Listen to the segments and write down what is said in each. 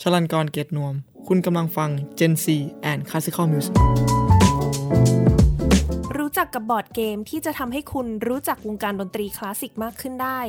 ชลันกรเกยรตนวม คุณกำลังฟัง Gen C and Classical Music รู้จักกับบอร์ดเกมที่จะทำให้คุณรู้จักวงการดนตรีคลาสสิกมากขึ้นได้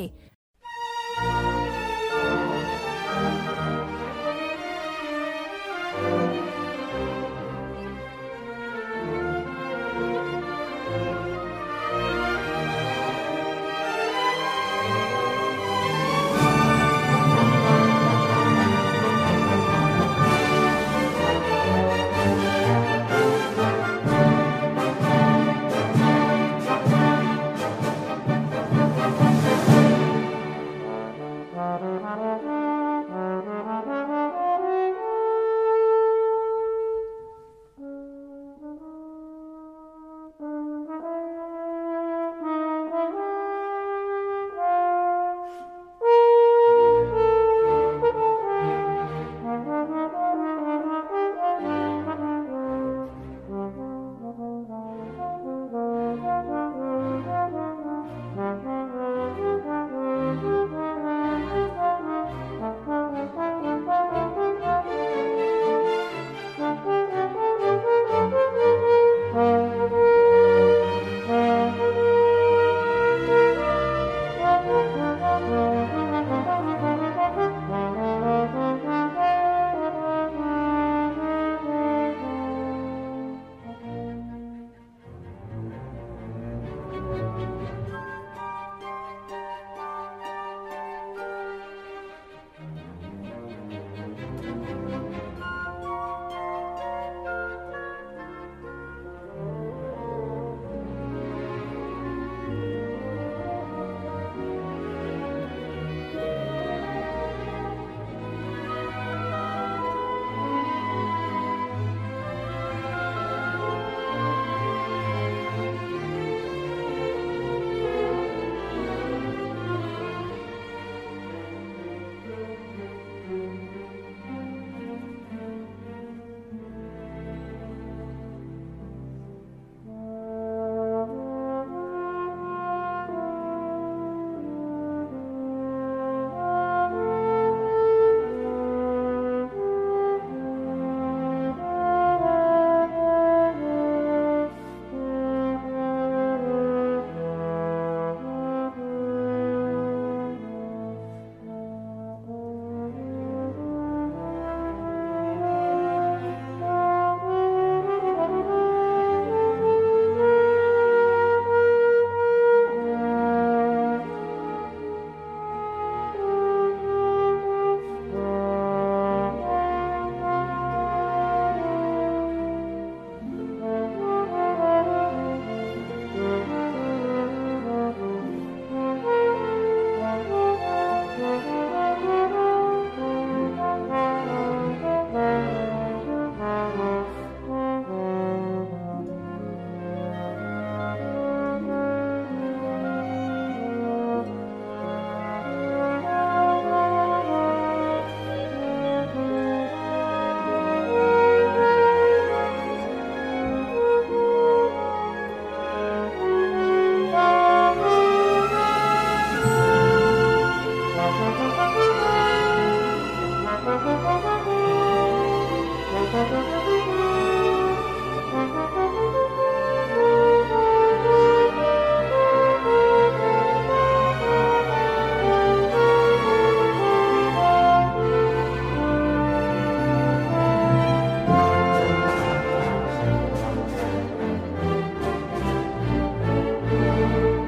Thank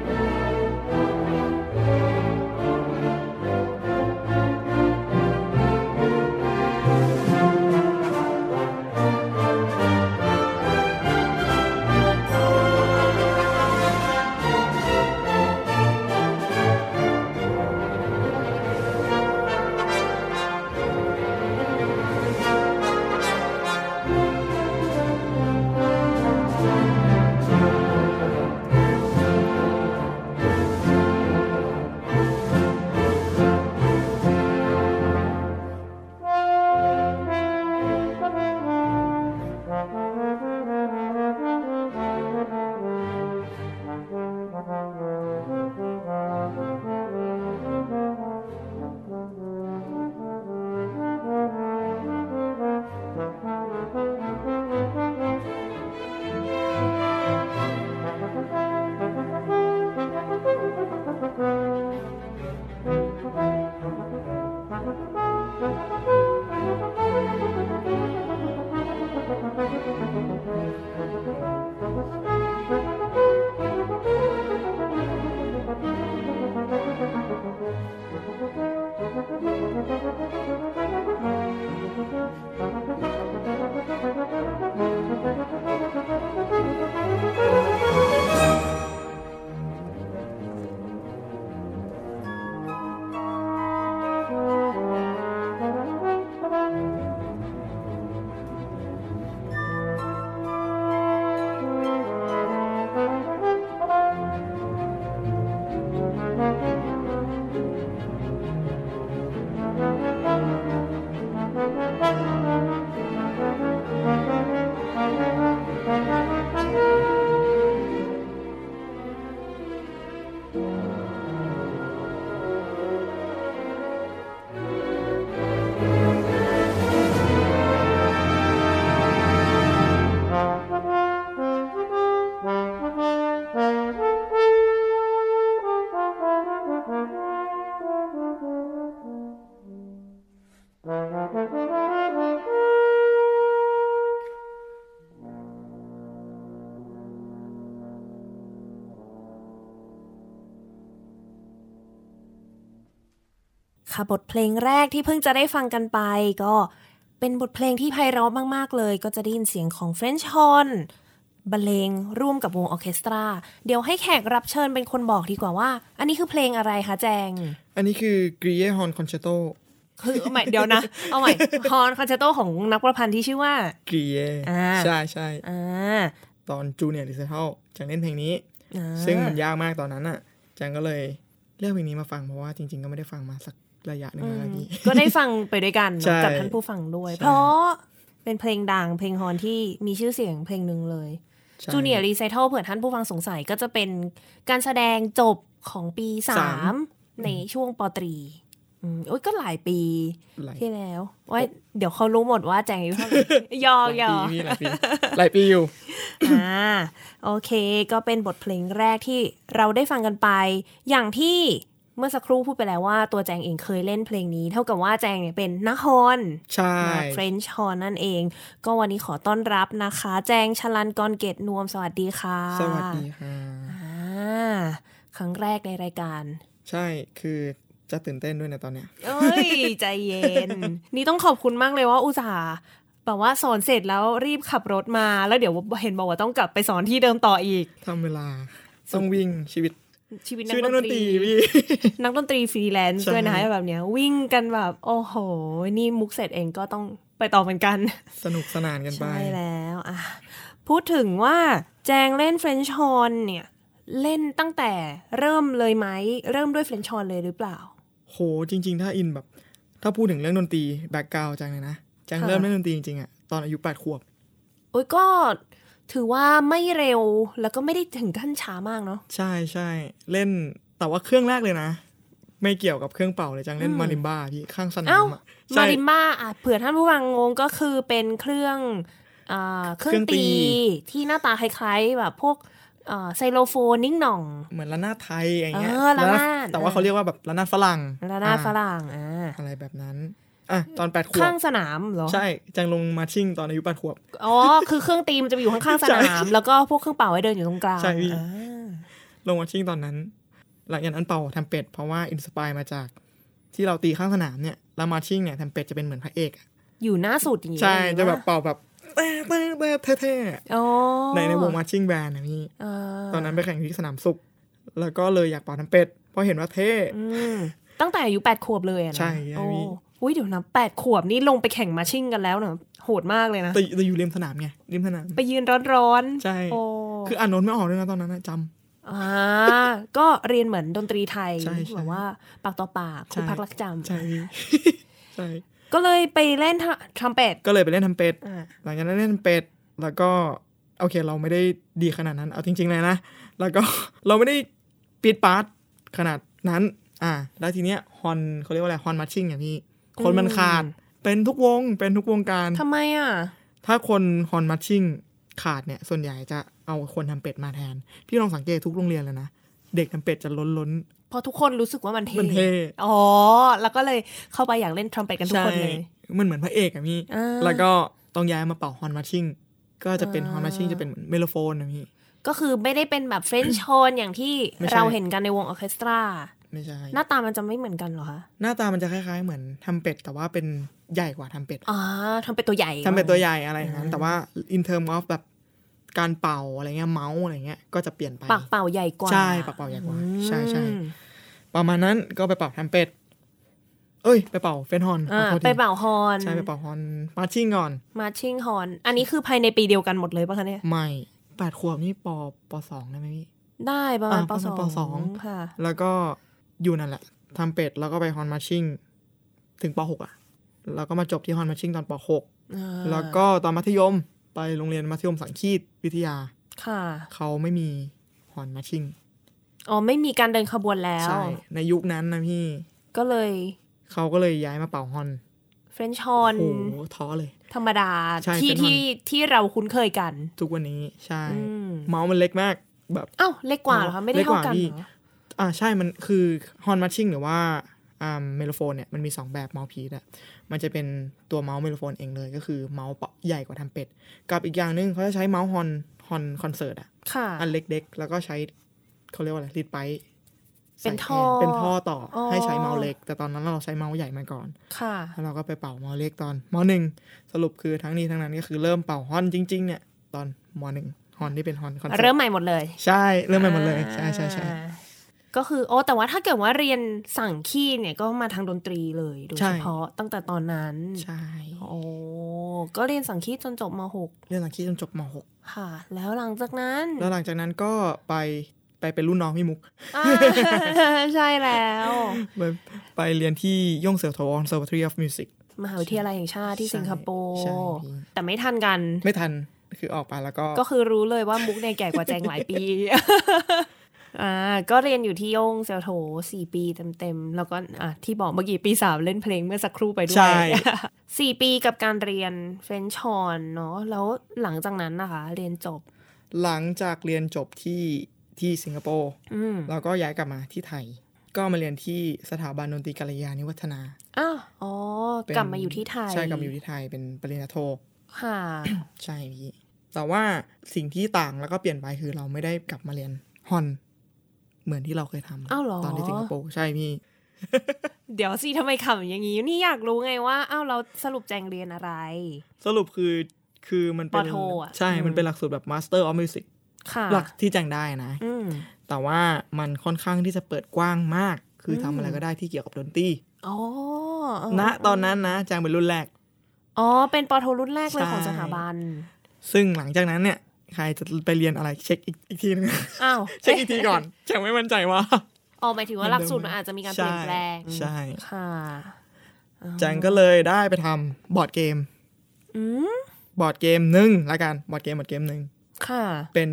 ค่ะบทเพลงแรกที่เพิ่งจะได้ฟังกันไป ก็เป็นบทเพลงที่ไพเราะมาก ๆ เลย ก็จะได้ยินเสียงของเฟรนช์ฮอนบรรเลงร่วมกับวงออร์เคสตรา เดี๋ยวให้แขกรับเชิญเป็นคนบอกดีกว่าว่า อันนี้คือเพลงอะไรคะแจง อันนี้คือกรีเยฮอนคอนแชโต คือเอาใหม่เดี๋ยวนะ เอาใหม่ฮอนคอนแชตโตของนักประพันธ์ที่ชื่อว่า กรีเย อ่า ใช่ใช่ อ่า ตอนจูเนียร์ดิเซทัลจังเล่นเพลงนี้ อ่า ซึ่งมันยากมากตอนนั้นอ่ะจังก็เลยเลือกเพลงนี้มาฟังเพราะว่าจริง ๆ ก็ไม่ได้ฟังมาสักระยะหนึ่ง อื แล้ว ม นะพี่ ก็ได้ฟังไปด้วยกัน ใช่ เนาะกับท่านผู้ฟังด้วย ใช่ เพราะเป็นเพลงดังเพลงฮอนที่มีชื่อเสียงเพลงหนึ่งเลย ใช่ จูเนียร์รีไซเคิลเผื่อท่านผู้ฟังสงสัยก็จะเป็นการแสดงจบของปีสา สาม ม ในช่วงปอตรีอืมโอ้ยก็หลายปี หลาย ที่แล้วไว้เดี๋ยวเขารู้หมดว่าแจงอายุเท่า ไหร่ ยอ ห ก ลาย ยอ ปี ก พี่หลายปีหลายปีอยู่ อ่าโอเคก็เป็นบทเพลงแรกที่เราได้ฟังกันไป อย่างที่เมื่อสักครู่พูดไปแล้วว่าตัวแจงเองเคยเล่นเพลงนี้ เท่ากับว่าแจงเนี่ยเป็นนักฮอน ใช่ เฟรนช์ฮอนนั่นเอง ก็วันนี้ขอต้อนรับนะคะ แจงชลันกรเกตนวมสวัสดีค่ะ สวัสดีค่ะ อ่าครั้งแรกในรายการ ใช่คือจะตื่นเต้นด้วยนะตอนเนี้ย เอ้ย ใจเย็น นี่ต้องขอบคุณมากเลยว่าอุตส่าห์แบบว่าสอนเสร็จแล้วรีบขับรถมา แล้วเดี๋ยวเห็นบอกว่าต้องกลับไปสอนที่เดิมต่ออีก ทำเวลาต้องวิ่งชีวิต ชีวิตนั ชีวิต ก นัก ด ด น น ต ต รี รีพี่ นักดนตรีฟรีแลนซ์ ใช่ ด้วยนะแบบเนี้ย วิ่งกันแบบ โอ้โห นี่มุกเสร็จเองก็ต้องไปต่อเหมือนกัน สนุกสนานกันไป ใช่แล้วอ่ะพูดถึงว่าแจงเล่นเฟรนช์ฮอนเนี่ย เล่นตั้งแต่เริ่มเลยไหมเริ่มด้วยเฟรนช์ฮอนเลยหรือเปล่า โหจริง ๆ ถ้าอินแบบ ถ้าพูดถึงเรื่องดนตรีแบ็กกราวจังเลยนะจัง ค่ะ เริ่มเล่นดนตรีจริงๆอ่ะตอนอายุแปดขวบ โอ้ยก็ถือว่าไม่เร็วแล้วก็ไม่ได้ถึงขั้นช้ามากเนาะ ใช่ใช่เล่นแต่ว่าเครื่องแรกเลยนะ ไม่เกี่ยวกับเครื่องเป่าเลยจังเล่น อืม มาริมบ้าพี่ข้างสนา เอ้า มอะใช่ มาริมบ้าอ่ะเผื่อท่านผู้ฟังงงก็คือเป็นเครื่องอ่าเครื่อง เครื่องตี ตีที่หน้าตาคล้ายๆแบบพวกอ่าไซโลโฟนนิ่งหน่อง เหมือนระนาดไทยอะไรอย่างเงี้ย เออระนาด แล้วแต่ว่า เออ เขาเรียกว่าแบบระนาดฝรั่ง ระนาด อ่ ฝรั่งอ่า อะไรแบบนั้นอ่ะตอนแปดขวบ ข้างสนามเหรอ ใช่จังลงมาชิ่งตอนอายุแปดขวบ อ๋อคือเครื่องตีมันจะไปอยู่ข้างๆสนาม แล้วก็พวกเครื่องเป่าไว้เดินอยู่ตรงกลาง ใช่พี่ อ่า ลงมาชิ่งตอนนั้น หลังจากนั้นเป่าแทมเป็ดเพราะว่าอินสปายมาจากที่เราตีข้างสนามเนี่ยแล้วมาชิ่งเนี่ยแทมเป็ดจะเป็นเหมือนพระเอกอะ อยู่หน้าสุดอย่างงี้ ใช่ เลยน จะแบบเป่าแบบเต้เต้เต้เท่ อ๋อ ๆในในวงมาชิ่งแบนด์นะพี่ อ่า ตอนนั้นไปแข่งที่สนามสุข แล้วก็เลยอยากเป่าแทมเป็ดเพราะเห็นว่าเท่ อืมตั้งแต่อายุแปดขวบเลยอะนะ ใช่ โอ้ พี่ อุ้ยเดี๋ยวนะแปดขวบนี่ลงไปแข่งมาชิ่งกันแล้วเนอะโหดมากเลยนะ แต่แต่อยู่ริมสนามไงริมสนาม ไปยืนร้อน ใช่ ๆ โอ้ คืออ่านโน้ตไม่ออกด้วยนะตอนนั้นนะจ อ่าก็เรียนเหมือนดนตรีไทย ใช่ใช่ แบบว่าปากต่อปากค ใช่ รูพักรักจ ำใช่พี่ ใช่ ำก็เลยไปเล่นทะทรัมเป็ต ก็เลยไปเล่นแทมเป็ด อ่า หลังจากนั้นเล่นแทมเป็ดแล้วก็โอเคเราไม่ได้ดีขนาดนั้นเอาจริง ๆ เลยนะแล้วก็ เราไม่ได้ปีดปาร์ตขนาดนั้น อ่า แล้วทีเนี้ยฮอนเขาเรียกว่าอะไรฮอนมัชชิ่งอย่างพี่คนมันขาดเป็นทุกวงเป็นทุกวงการ ทำไมอ่ะ ถ้าคนฮอนมัชชิ่งขาดเนี่ย ส่วนใหญ่จะเอาคนทำเป็ดมาแทน พี่ลองสังเกตทุกโรงเรียนเลยนะ เด็กทำเป็ดจะล้นล้น พอทุกคนรู้สึกว่ามันเท่ ๆมันเท่ อ๋อ แล้วก็เลยเข้าไปอยากเล่นทรัมเป็ตกันทุกคนเลย มันเหมือนพระเอกอะพี่ อ่า แล้วก็ต้องย้ายมาเป่าฮอนมัชชิ่งก็จะเป็นฮอนมัชชิ่งจะเป็นเหมือนเมโลโฟนนะพี่ ก็คือไม่ได้เป็นแบบเฟรนช์ o อนอย่างที่ ไม่ใช่ เราเห็นกันในวงออร์เคสตรา ไม่ใช่ หน้าตามันจะไม่เหมือนกันเหรอคะ หน้าตามันจะคล้ายๆ เหมือนทำเป็ด แต่ว่าเป็นใหญ่กว่าทำเป็ด อ๋อทรัมเป็ตตัวใหญ่ ทำเป็ดตัวใหญ่อะไรอย่างนั้น แต่ว่า in term of แบบการเป่าอะไรเงี้ยเมาส์อะไรเงี้ยก็จะเปลี่ยนไป ปากเป่าใหญ่กว่า ใช่ปากเป่าใหญ่กว่าใช่ใช่ อืม ประมาณนั้นก็ไปเป่าแทมเป็ด เอ้ย ไปเป่าเฟนฮอน อ่า ขอโทษที ไปเป่าฮอน ใช่ไปเป่าฮอนมาร์ชิ่งก่อน มาร์ชชิ่งฮอน อันนี้คือภายในปีเดียวกันหมดเลยป่ะคะเนี่ย ไม่แปดขวบนี่ปอปสองได้ไหมพี่ ได้ประมาณ อ่า ปสอง ประมาณปสอง ค่ะ แล้วก็อยู่นั่นแหละทำเป็ดแล้วก็ไปฮอนมาร์ชิ่งถึงปหกอะแล้วก็มาจบที่ฮอนมาร์ชิ่งตอนปหก อ่า แล้วก็ตอนมัธยมไปโรงเรียนมัธยมสังคีตวิทยา ค่ะ เขาไม่มีฮอนมาร์ชิ่ง อ๋อ ไม่มีการเดินขบวนแล้ว ใช่ในยุคนั้นนะพี่ ก็เลย เขาก็เลยย้ายมาเป่าฮอน เฟรนช์ฮอน โอ้โหท้อเลย ธรรมดา ใช่ ที่ French horn ที่ที่เราคุ้นเคยกัน ทุกวันนี้ใช่ อืม เมาส์มันเล็กมากแบบ อ้าวเล็กกว่าเหรอคะ ไม่ได้ เล็กก เท่า ว่า กัน พี่ เหรอ อ่าใช่มันคือฮอนมัชชิ่งหรือว่า อ่าเมโลโฟนเนี่ยมันมี 2 แบบเมาส์พีดอะมันจะเป็นตัวเมาส์เมโลโฟนเองเลย ก็คือเมาส์ใหญ่กว่าทำเป็ด กับอีกอย่างหนึงเขาจะใช้เมาส์ฮอนฮอนคอนเสิร์ตอะ ค่ะ อันเล็กๆแล้วก็ใช้เขาเรียกว่าอะไรรีดไป เป็นท่อ เป็นท่อต่ออ อ ให้ใช้เมาส์เล็ก แต่ตอนนั้นเราใช้เมาส์ใหญ่มาก่อน ค่ะ แล้วเราก็ไปเป่ามอเล็กตอนมหนึ่งสรุปคือทั้งนี้ทั้งนั้นก็คือเริ่มเป่าฮอนจริง ๆ เนี่ยตอนมหนึ่งฮอนที่เป็นฮอนคอนเสิ เริ่ ร์ต มใหม่หมดเลย ใช่เริ่มใหม่หมดเลยใช่ใช่ใช่ อ่าก็คือโอ้แต่ว่าถ้าเกิดว่าเรียนสั่งขี้เนี่ยก็มาทางดนตรีเลยโดยเฉพาะตั้งแต่ตอนนั้น ใช่ โอ้ก็เรียนสังคีตจนจบม เรื่องหลังคีดจนจบมหก .6 ค่ะ แล้วหลังจากนั้น แล้วหลังจากนั้นก็ไปไปเป็นรุ่นน้องพี่มุก อ่าใช่แล้ว ไปไปเรียนที่ย่งเสือทวอน Conservatory of Music มหาวิทยาลัยแห่งชาติที่ ใช่ สิงคโปร์ ใช่พี่ แต่ไม่ทันกัน ไม่ทันคือออกไปแล้วก็ ก็คือรู้เลยว่ามุกเนี่ยแก่กว่าแจงหลายปี อ่าก็เรียนอยู่ที่โยงเซลโถสี่ปีเต็มๆ แล้วก็อ่ะที่บอกเมื่อกี้ปีสามเล่นเพลงเมื่อสักครู่ไปด้วย ใช่ สี่ปีกับการเรียนเฟรนช์ชอนเนาะแล้วหลังจากนั้นนะคะ เรียนจบ หลังจากเรียนจบที่ที่สิงคโปร์ อืม เราก็ย้ายกลับมาที่ไทย ก็มาเรียนที่สถาบันดนตรีกัลยาณิวัฒนา อ้าวอ๋อ เป็น กลับมาอยู่ที่ไทย ใช่กลับมาอยู่ที่ไทยเป็นปริญญาโท ค่ะ ใช่พี่แต่ว่าสิ่งที่ต่างแล้วก็เปลี่ยนไปคือเราไม่ได้กลับมาเรียนฮอน เหมือนที่เราเคยทำ อ้าวเหรอ ตอนที่สิงคโปร์ใช่พี่ เดี๋ยวสิทำไมขำอย่างนี้ นี่อยากรู้ไงว่าอ้าวเราสรุปแจงเรียนอะไร สรุปคือคือมันเป็น ปอโทอ่ะ ใช่ อืม มันเป็นหลักสูตรแบบ Master of Music ค่ะ หลักที่แจังได้นะ อืม แต่ว่ามันค่อนข้างที่จะเปิดกว้างมาก คืออ ม ทำอะไรก็ได้ที่เกี่ยวกับดนตรี อ๋อเออ ณตอนนั้นนะแจงเป็นรุ่นแรก อ๋อ เป็นปอโทรุ่นแรกเลย ใช่ ของสถาบัน ซึ่งหลังจากนั้นเนี่ย ใครจะไปเรียนอะไรเช็คอีกอีกทีนึง อ้าว เช็คอีกทีก่อนแจงไม่มั่นใจว่า อ๋อหมายถึงว่าหลักสูตรมันอาจจะมีการเปลี่ยนแปลง ใช่ ค่ะ แจงก็เลยได้ไปทำบอร์ดเกม อืม บอร์ดเกมหนึ่งละกันบอร์ดเกมบอร์ดเกมหนึ่ง ค่ะ เป็น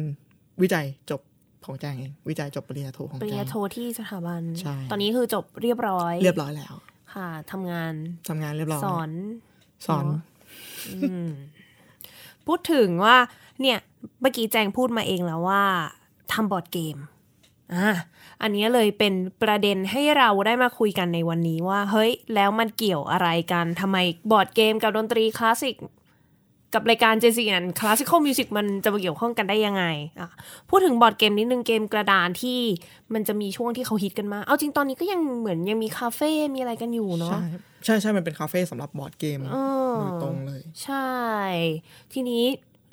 วิจัยจบของแจงเองวิจัยจบปริญญาโทของ ปริญ แจ ญาง โทที่สถาบัน ใช่ ตอนนี้คือจบเรียบร้อย เรียบร้อยแล้ว ค่ะทำงาน ทำงานเรียบร้อย สอน สอน เนอะ อืมพูดถึงว่าเนี่ยเมื่อกี้แจงพูดมาเองแล้วว่าทำบอร์ดเกมอ่ะอันนี้เลยเป็นประเด็นให้เราได้มาคุยกันในวันนี้ว่า เฮ้ย แล้วมันเกี่ยวอะไรกันทำไมบอร์ดเกมกับดนตรีคลาสสิก กับรายการ j c n Classical Music มันจะมาเกี่ยวข้องกันได้ยังไงอ่ะพูดถึงบอร์ดเกมนิดนึงเกมกระดานที่มันจะมีช่วงที่เขาฮิตกันมากเอาจริงตอนนี้ก็ยังเหมือนยังมีคาเฟ่มีอะไรกันอยู่เนาะ ใช่ใช่ใช่มันเป็นคาเฟ่สำหรับบอร์ดเกม เออ โดยตรงเลย ใช่ ทีนี้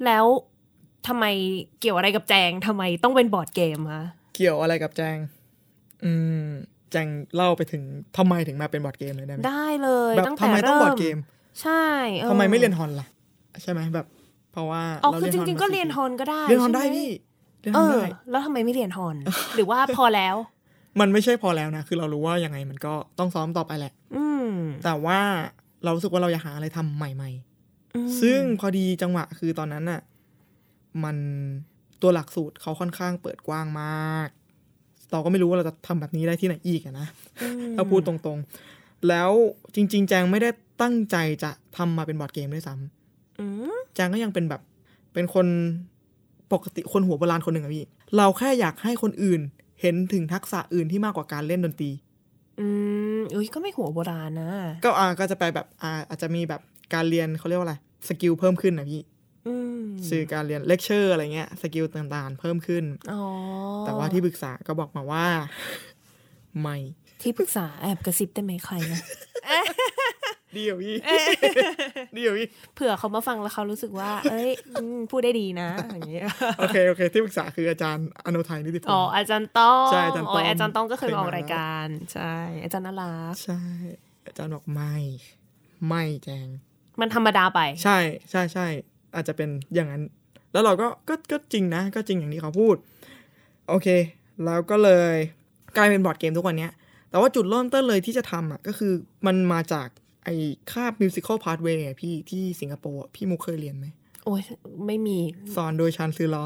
แล้วทำไมเกี่ยวอะไรกับแจงทำไมต้องเป็นบอร์ดเกมคะ เกี่ยวอะไรกับแจง อืมแจงเล่าไปถึงทำไมถึงมาเป็นบอร์ดเกมเลยได้ไหม ได้เลย แบบ ตั้งแต่ ทำไมต้อง เริ่ บอร์ดเกม ใช่ออ ทำไมไม่เรียนฮอนล่ะ ใช่ไหมแบบ เพราะว่า อ๋อ เรา คือจ ฮ ริง ๆ ก็เรียนฮ มา อนก็ได้ สิบปีเรียนฮอนได้ ใช่หม พี่เรียนฮ เอ อน อ ได้ แล้วทำไมไม่เรียนฮ อน หรือว่าพอแล้ว มันไม่ใช่พอแล้วนะ คือเรารู้ว่ายังไงมันก็ต้องซ้อมต่อไปแหละ อืม แต่ว่าเรารู้สึกว่าเราอยากหาอะไรทำใหม่ ๆ อืม ซึ่งพอดีจังหวะคือตอนนั้นน่ะมันตัวหลักสูตรเขาค่อนข้างเปิดกว้างมาก เราก็ไม่รู้ว่าเราจะทำแบบนี้ได้ที่ไหนอีกอะนะ อืม ถ้าพูดตรงๆ แล้วจริง ๆ แจงไม่ได้ตั้งใจจะทำมาเป็นบอร์ดเกมด้วยซ้ำ อืม แจงก็ยังเป็นแบบเป็นคนปกติคนหัวโบราณคนหนึ่งอะพี่เราแค่อยากให้คนอื่นเห็นถึงทักษะอื่นที่มากกว่าการเล่นดนตรี อืมอุ้ยก็ไม่หัวโบราณนะ ก็อ่าก็จะไปแบบอ่าอาจจะมีแบบการเรียนเขาเรียกว่าอะไรสกิลเพิ่มขึ้นนะพี่ อืม สื่อการเรียนเลคเชอร์อะไรเงี้ยสกิลต่างๆ เพิ่มขึ้น อ๋อ แต่ว่าที่ปรึกษาก็บอกมาว่า ไม่ ที่ปรึกษาแอบกระซิบได้ไหมใครนะ เดี๋ยวอี เดี๋ยวอี เผื่อเขามาฟังแล้วเขารู้สึกว่า เอ้ยอืมพูดได้ดีนะ อย่างเงี้ย โอเคโอเค ที่ปรึกษาคืออาจารย์อนุทัยนิติพง อ๋อ ศ์ อาจารย์ต้อง ใช่อาจารย์ต้อง โอาจารย์ต้องก็เคยมาออก เคยมา รายการ ใช่ อาจารย์น่ารัก ใช่ อาจารย์บอกไม่ ไม่แจง มันธรรมดาไป ใช่ใช่ใช่อาจจะเป็นอย่างนั้น แล้วเราก็ก็ก็จริงนะ ก็จริงอย่างที่เขาพูด โอเค แล้วก็เลยกลายเป็นบอร์ดเกมทุกวันเนี้ย แต่ว่าจุดเริ่มต้นเลยที่จะทำอ่ะก็คือมันมาจากไอ้คาบมิวสิควลพาร์ทเวย์พี่ที่สิงคโปร์อะพี่มุกเคยเรียนไหม โอ้ยไม่มี สอนโดยชันซือลอ